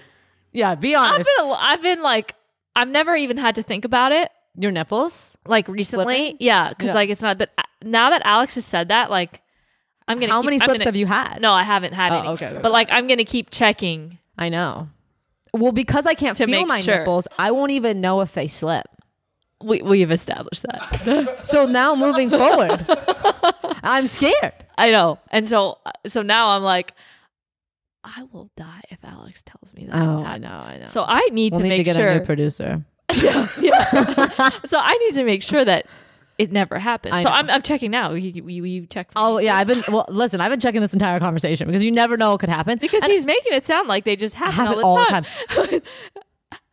Speaker 2: Yeah, be
Speaker 1: I've
Speaker 2: honest.
Speaker 1: been, a- I've been like, I've never even had to think about it.
Speaker 2: Your nipples.
Speaker 1: like recently yeah because
Speaker 2: Yeah.
Speaker 1: like it's not that now that alex has said that like i'm gonna
Speaker 2: How
Speaker 1: keep-
Speaker 2: many
Speaker 1: I'm
Speaker 2: slips
Speaker 1: gonna-
Speaker 2: have you had?
Speaker 1: no i haven't had
Speaker 2: Oh,
Speaker 1: any
Speaker 2: okay, okay.
Speaker 1: but like i'm gonna keep checking
Speaker 2: I know. Well, because I can't
Speaker 1: To
Speaker 2: feel
Speaker 1: make
Speaker 2: my
Speaker 1: sure.
Speaker 2: nipples, I won't even know if they slip.
Speaker 1: we, we've established
Speaker 2: [LAUGHS]
Speaker 1: that
Speaker 2: So now
Speaker 1: [LAUGHS]
Speaker 2: moving forward, I'm scared.
Speaker 1: i know and so uh, so now i'm like i will die if alex tells me that
Speaker 2: Oh, I
Speaker 1: happened.
Speaker 2: know, I know.
Speaker 1: so i need
Speaker 2: we'll
Speaker 1: to
Speaker 2: need
Speaker 1: make
Speaker 2: to get
Speaker 1: sure
Speaker 2: a new producer.
Speaker 1: yeah. so i need to make sure that it never happened
Speaker 2: I
Speaker 1: so
Speaker 2: know.
Speaker 1: I'm, I'm checking now you, you, you checked
Speaker 2: Oh yeah, I've been well. Listen, I've been checking this entire conversation because you never know what could happen.
Speaker 1: because
Speaker 2: And
Speaker 1: he's making it sound like they just happen,
Speaker 2: happen
Speaker 1: all the
Speaker 2: all the
Speaker 1: time,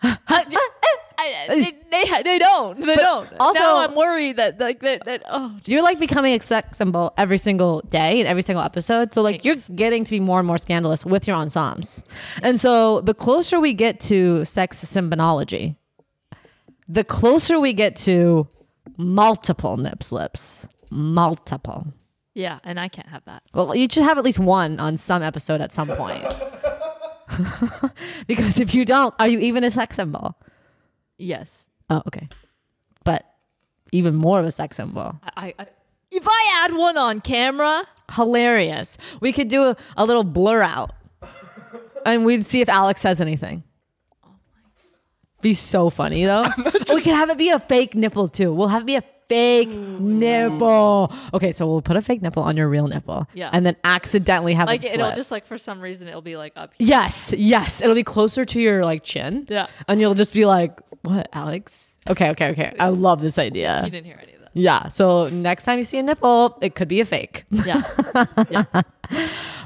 Speaker 1: I, [LAUGHS] they, they they don't. They don't.
Speaker 2: also-
Speaker 1: now I'm worried that like that, that oh
Speaker 2: you're like becoming a sex symbol every single day and every single episode. So like you're getting to be more and more scandalous with your ensembles. And so the closer we get to sex symbonology, the closer we get to multiple nip slips. Multiple.
Speaker 1: yeah, and I can't have that.
Speaker 2: Well, you should have at least one on some episode at some point. [LAUGHS] because if you don't, are you even a sex symbol?
Speaker 1: Yes,
Speaker 2: Oh, okay. But even more of a sex symbol.
Speaker 1: I, I, I if I add one on camera,
Speaker 2: Hilarious. We could do a, a little blur out and we'd see if Alex says anything.
Speaker 1: Oh
Speaker 2: Be so funny though. we could have it be a fake nipple too. We'll have it be a fake nipple. Okay, so we'll put a fake nipple on your real nipple.
Speaker 1: Yeah.
Speaker 2: And then accidentally have
Speaker 1: like
Speaker 2: it
Speaker 1: it'll
Speaker 2: slip.
Speaker 1: just like for some reason it'll be like up. here.
Speaker 2: Yes, yes. It'll be closer to your like chin.
Speaker 1: Yeah.
Speaker 2: And you'll just be like, what, Alex? Okay, okay, okay. I love this
Speaker 1: You
Speaker 2: idea.
Speaker 1: didn't hear any of that.
Speaker 2: Yeah. So next time you see a nipple, it could be a fake.
Speaker 1: [LAUGHS] [LAUGHS] Yeah,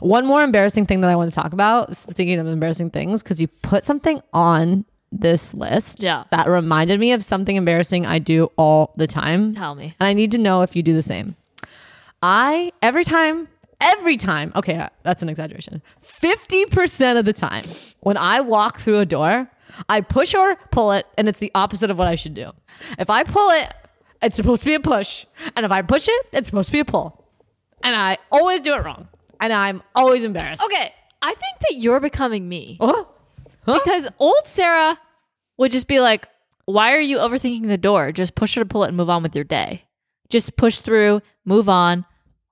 Speaker 2: One more embarrassing thing that I want to talk about, speaking of embarrassing things, because you put something on this list
Speaker 1: Yeah.
Speaker 2: that reminded me of something embarrassing I do all the time.
Speaker 1: tell me.
Speaker 2: And I need to know if you do the same. I, every time, every time, okay, uh, that's an exaggeration. 50% of the time when I walk through a door, I push or pull it, and it's the opposite of what I should do. If I pull it, It's supposed to be a push. And if I push it, it's supposed to be a pull. And I always do it wrong. And I'm always embarrassed.
Speaker 1: Okay, I think that you're becoming me
Speaker 2: Oh.
Speaker 1: because old Sarah would just be like, "Why are you overthinking the door? Just push it or pull it and move on with your day. Just push through, move on.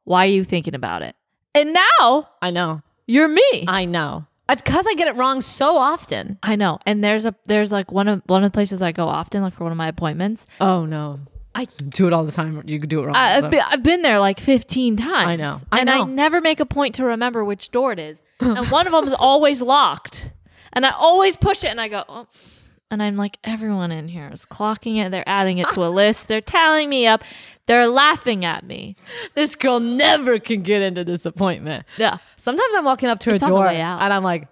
Speaker 1: Why are you thinking about it?" And now
Speaker 2: I know.
Speaker 1: you're me.
Speaker 2: I know. It's because I get it wrong so often.
Speaker 1: I know. And there's a there's like one of one of the places I go often, like for one of my appointments.
Speaker 2: Oh, no. Uh,
Speaker 1: I
Speaker 2: Do it all the time. You could do it wrong.
Speaker 1: I, I've, been, I've been there like 15 times.
Speaker 2: I know. I
Speaker 1: and I
Speaker 2: know.
Speaker 1: never make a point to remember which door it
Speaker 2: [LAUGHS]
Speaker 1: is. And one of them is always locked. And I always push it and I go, oh. and I'm like, everyone in here is clocking it. They're adding it
Speaker 2: [LAUGHS]
Speaker 1: to a list. They're tallying me up. They're laughing at me.
Speaker 2: this girl never can get into this appointment.
Speaker 1: Yeah.
Speaker 2: Sometimes I'm walking up to
Speaker 1: It's
Speaker 2: a
Speaker 1: on the
Speaker 2: door
Speaker 1: way out.
Speaker 2: and I'm like,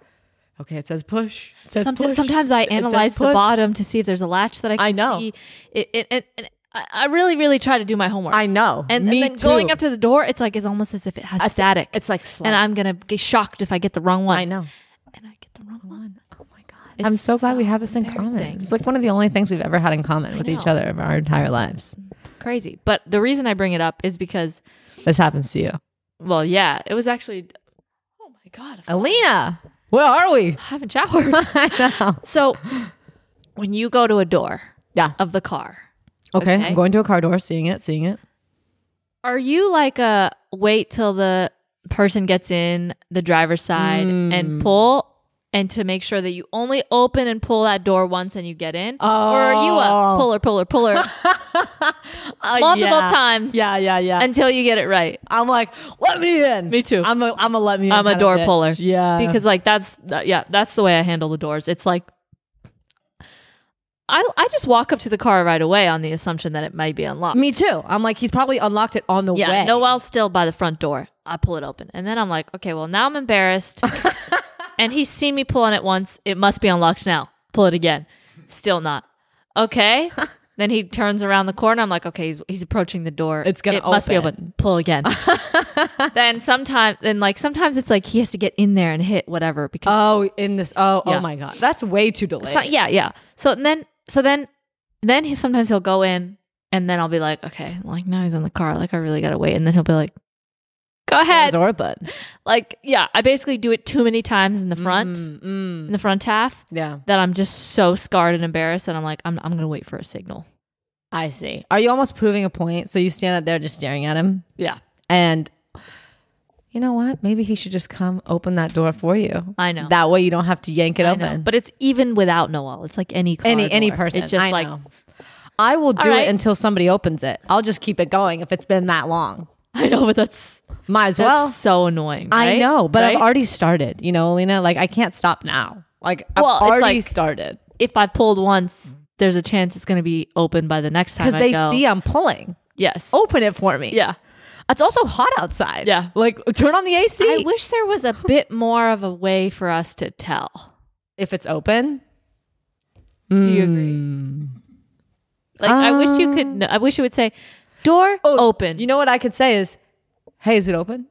Speaker 2: okay, it says push. It says
Speaker 1: Sometimes,
Speaker 2: push.
Speaker 1: sometimes I
Speaker 2: It says
Speaker 1: analyze the
Speaker 2: push.
Speaker 1: bottom to see if there's a latch that I can
Speaker 2: I know.
Speaker 1: see. It, it, it, it- I I really, really try to do my homework.
Speaker 2: I know.
Speaker 1: And, and
Speaker 2: Me
Speaker 1: then going
Speaker 2: too.
Speaker 1: up to the door, it's like it's almost as if it has
Speaker 2: It's-
Speaker 1: static.
Speaker 2: It's like
Speaker 1: and
Speaker 2: slap.
Speaker 1: I'm gonna get shocked if I get the wrong one.
Speaker 2: I know.
Speaker 1: and I get the wrong one.
Speaker 2: Oh my god. I'm so glad we have this in common. It's like one of the only things we've ever had in common with each
Speaker 1: know.
Speaker 2: other of our entire lives.
Speaker 1: Crazy. But the reason I bring it up is because,
Speaker 2: This happens to you.
Speaker 1: well, yeah, it was actually. Oh my God. I
Speaker 2: Alina, where are we?
Speaker 1: haven't showered.
Speaker 2: [LAUGHS] I know.
Speaker 1: [LAUGHS] so when you go to a door
Speaker 2: Yeah.
Speaker 1: of the car,
Speaker 2: Okay.
Speaker 1: Okay.
Speaker 2: I'm going to a car door, seeing it, seeing it.
Speaker 1: are you like a wait till the person gets in the driver's side
Speaker 2: Mm.
Speaker 1: and pull? And to make sure that you only open and pull that door once and you get in? Or are you a
Speaker 2: Oh.
Speaker 1: puller, puller,
Speaker 2: [LAUGHS]
Speaker 1: puller Uh, multiple times
Speaker 2: Yeah, yeah, yeah. And
Speaker 1: until you get it right?
Speaker 2: I'm like, let me in.
Speaker 1: Me too.
Speaker 2: I'm a I'm a let me in.
Speaker 1: I'm a
Speaker 2: kind of
Speaker 1: door
Speaker 2: bitch.
Speaker 1: puller.
Speaker 2: Yeah.
Speaker 1: because like that's that, yeah that's the way i handle the doors it's like I, I just walk up to the car right away on the assumption that it might be unlocked
Speaker 2: me too. I'm like, he's probably unlocked it on the
Speaker 1: yeah
Speaker 2: way.
Speaker 1: noel's still by the front door i pull it open and then i'm like okay well now i'm
Speaker 2: [LAUGHS]
Speaker 1: embarrassed and he's seen me pulling it once it must be unlocked now pull it again still not
Speaker 2: [LAUGHS]
Speaker 1: okay then he turns around the corner i'm like okay he's, he's approaching the door
Speaker 2: It's gonna
Speaker 1: it must be
Speaker 2: open.
Speaker 1: open pull
Speaker 2: [LAUGHS]
Speaker 1: again then sometimes then like sometimes it's like he has to get in there and hit whatever because
Speaker 2: Oh, in this. Oh,
Speaker 1: Yeah.
Speaker 2: oh my god, that's way too delayed.
Speaker 1: So- yeah, yeah. So and then, so then, then he sometimes he'll go in, and then I'll be like, okay, like now he's in the car, like I really gotta wait, and then he'll be like, go ahead,
Speaker 2: Or bud.
Speaker 1: like yeah. I basically do it too many times in the front,
Speaker 2: Mm, mm.
Speaker 1: in the front half,
Speaker 2: Yeah,
Speaker 1: that I'm just so scarred and embarrassed, and I'm like, I'm I'm gonna wait for a signal.
Speaker 2: I see. Are you almost proving a point? So you stand up there just staring at him,
Speaker 1: Yeah,
Speaker 2: and you know what? Maybe he should just come open that door for you.
Speaker 1: I know.
Speaker 2: That way you don't have to yank it
Speaker 1: I know.
Speaker 2: open.
Speaker 1: But it's even without Noel. It's like any car
Speaker 2: any any
Speaker 1: door.
Speaker 2: person,
Speaker 1: It's just
Speaker 2: I
Speaker 1: like
Speaker 2: know. I will do
Speaker 1: right.
Speaker 2: it until somebody opens it. I'll just keep it going if it's been that long.
Speaker 1: [LAUGHS] I know, but that's
Speaker 2: Might as
Speaker 1: that's
Speaker 2: well.
Speaker 1: so annoying.
Speaker 2: I
Speaker 1: right?
Speaker 2: know, but I've
Speaker 1: Right?
Speaker 2: already started. You know, Alina. Like I can't stop now. Like
Speaker 1: Well,
Speaker 2: I've
Speaker 1: it's
Speaker 2: already
Speaker 1: like-
Speaker 2: started
Speaker 1: if I've pulled once, there's a chance it's gonna be open by the next time.
Speaker 2: because
Speaker 1: I
Speaker 2: they
Speaker 1: go.
Speaker 2: see Oh, I'm pulling.
Speaker 1: Yes.
Speaker 2: Open it for me.
Speaker 1: Yeah.
Speaker 2: It's also hot outside.
Speaker 1: Yeah.
Speaker 2: Like turn on the AC.
Speaker 1: I wish there was
Speaker 2: [LAUGHS]
Speaker 1: a bit more of a way for us to tell.
Speaker 2: if it's open.
Speaker 1: Do you agree? Hmm. Like I wish you could kn- I wish you would say door open.
Speaker 2: Uh. Oh, You know what I could say is, "Hey, is it open?"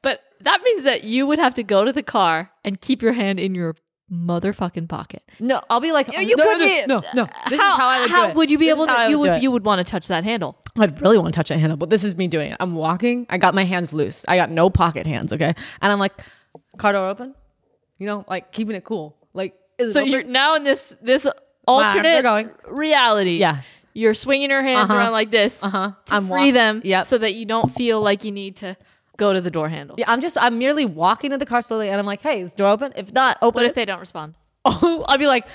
Speaker 1: but that means that you would have to go to the car and keep your hand in your motherfucking pocket.
Speaker 2: No, I'll be like,
Speaker 1: you
Speaker 2: no, no,
Speaker 1: couldn't.
Speaker 2: no, no, no. This is how I would do it.
Speaker 1: would you be
Speaker 2: This is
Speaker 1: able
Speaker 2: how I
Speaker 1: to you
Speaker 2: do
Speaker 1: would
Speaker 2: it.
Speaker 1: you would want to touch that handle.
Speaker 2: I'd really want to touch a handle, but this is me doing it. I'm walking. I got my hands loose. I got no pocket hands. Okay, and I'm like, car door open. You know, like keeping it cool. Like, is it
Speaker 1: So
Speaker 2: open?
Speaker 1: you're now in this this
Speaker 2: arms are
Speaker 1: alternate
Speaker 2: going.
Speaker 1: reality.
Speaker 2: Yeah.
Speaker 1: You're swinging your hands
Speaker 2: Uh-huh.
Speaker 1: around like this
Speaker 2: Uh-huh.
Speaker 1: to
Speaker 2: I'm
Speaker 1: free
Speaker 2: walk-
Speaker 1: them
Speaker 2: Yep.
Speaker 1: so that you don't feel like you need to go to the door handle.
Speaker 2: Yeah, I'm just. I'm merely walking to the car slowly, and I'm like, hey, is the door open? If not, open.
Speaker 1: What
Speaker 2: it.
Speaker 1: if they don't respond?
Speaker 2: oh, [LAUGHS] I'll be like,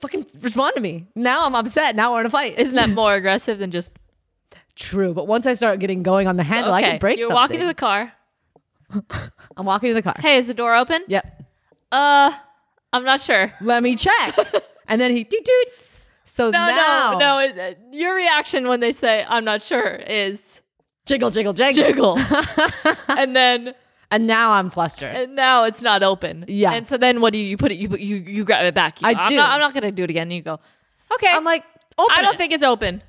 Speaker 2: fucking respond to me. Now I'm upset. Now we're in a fight.
Speaker 1: Isn't
Speaker 2: [LAUGHS]
Speaker 1: that more aggressive than just
Speaker 2: True, but once I start getting going on the handle, I
Speaker 1: Okay,
Speaker 2: can break
Speaker 1: You're
Speaker 2: something.
Speaker 1: walking to the car.
Speaker 2: I'm walking to the car.
Speaker 1: Hey, is the door open?
Speaker 2: Yep.
Speaker 1: Uh, I'm not sure.
Speaker 2: Let
Speaker 1: [LAUGHS]
Speaker 2: me check. and then he doot doots. So
Speaker 1: No,
Speaker 2: now,
Speaker 1: no, no. It, uh, your reaction when they say "I'm not sure" is
Speaker 2: jiggle, jiggle,
Speaker 1: [LAUGHS]
Speaker 2: jiggle,
Speaker 1: jiggle, and then
Speaker 2: and now I'm flustered.
Speaker 1: and now it's not open.
Speaker 2: Yeah.
Speaker 1: And so then what do you, you put it? You put- you you grab it back. You
Speaker 2: I
Speaker 1: go, I'm
Speaker 2: do.
Speaker 1: Not, I'm not gonna do it again. And you go. Okay.
Speaker 2: I'm like, open.
Speaker 1: I don't
Speaker 2: it.
Speaker 1: think it's open.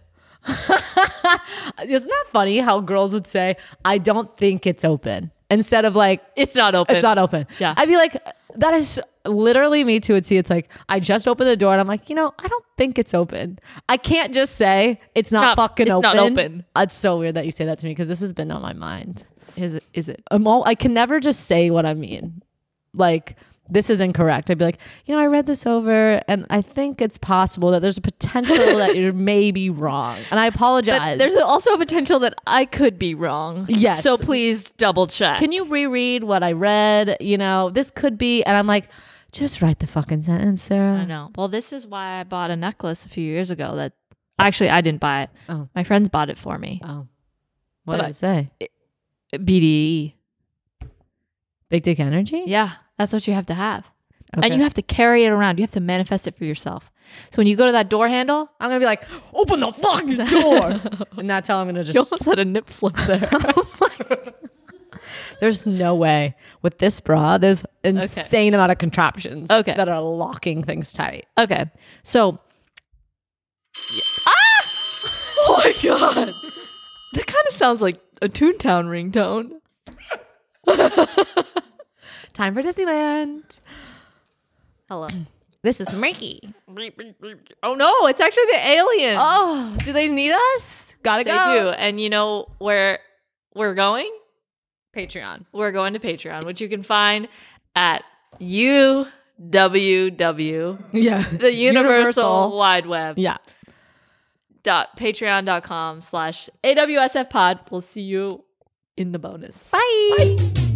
Speaker 2: Isn't that funny how girls would say, "I don't think it's open," instead of like,
Speaker 1: It's not open.
Speaker 2: "It's not open."
Speaker 1: Yeah.
Speaker 2: I'd be like, That is literally me to a T. It's like I just opened the door and I'm like, you know, I don't think it's open. I can't just say it's
Speaker 1: Not-
Speaker 2: not, fucking
Speaker 1: it's
Speaker 2: open.
Speaker 1: not open.
Speaker 2: It's so weird that you say that to me because this has been on my mind.
Speaker 1: Is it? Is it?
Speaker 2: I'm all, I can never just say what I mean. Like this is incorrect. I'd be like, you know, I read this over and I think it's possible that there's a potential that [LAUGHS] you're maybe wrong, and I apologize.
Speaker 1: But there's also a potential that I could be wrong.
Speaker 2: Yes.
Speaker 1: So please double check.
Speaker 2: can you reread what I read? You know, this could be. And I'm like, just write the fucking sentence, Sarah.
Speaker 1: I know. [LAUGHS] Well, this is why I bought a necklace a few years ago. That actually I didn't buy it.
Speaker 2: Oh.
Speaker 1: My friends bought it for me.
Speaker 2: Oh,
Speaker 1: But
Speaker 2: what did
Speaker 1: I-
Speaker 2: I say?
Speaker 1: BDE.
Speaker 2: Big dick energy.
Speaker 1: Yeah, that's what you have to have.
Speaker 2: Okay.
Speaker 1: And you have to carry it around. You have to manifest it for yourself. So when you go to that door handle,
Speaker 2: I'm gonna be like, open the [LAUGHS] fucking door, and that's how I'm gonna
Speaker 1: you
Speaker 2: just.
Speaker 1: almost had a nip slip there.
Speaker 2: [LAUGHS] There's no way with this bra. There's insane amount of contraptions.
Speaker 1: Okay.
Speaker 2: that are locking things tight.
Speaker 1: [LAUGHS] okay. So Yeah. Ah! Oh my god. That kind of sounds like a Toontown ringtone. [LAUGHS]
Speaker 2: Time for Disneyland.
Speaker 1: [CLEARS THROAT] Hello.
Speaker 2: This is Mickey.
Speaker 1: Oh no, it's actually the alien.
Speaker 2: Oh, do they need us? Gotta
Speaker 1: they do. And you know where we're going?
Speaker 2: Patreon.
Speaker 1: We're going to Patreon, which you can find at uww
Speaker 2: Yeah, [LAUGHS]
Speaker 1: the universal wide web
Speaker 2: Yeah.
Speaker 1: dot patreon.com slash awsf pod we'll see you in the bonus
Speaker 2: Bye.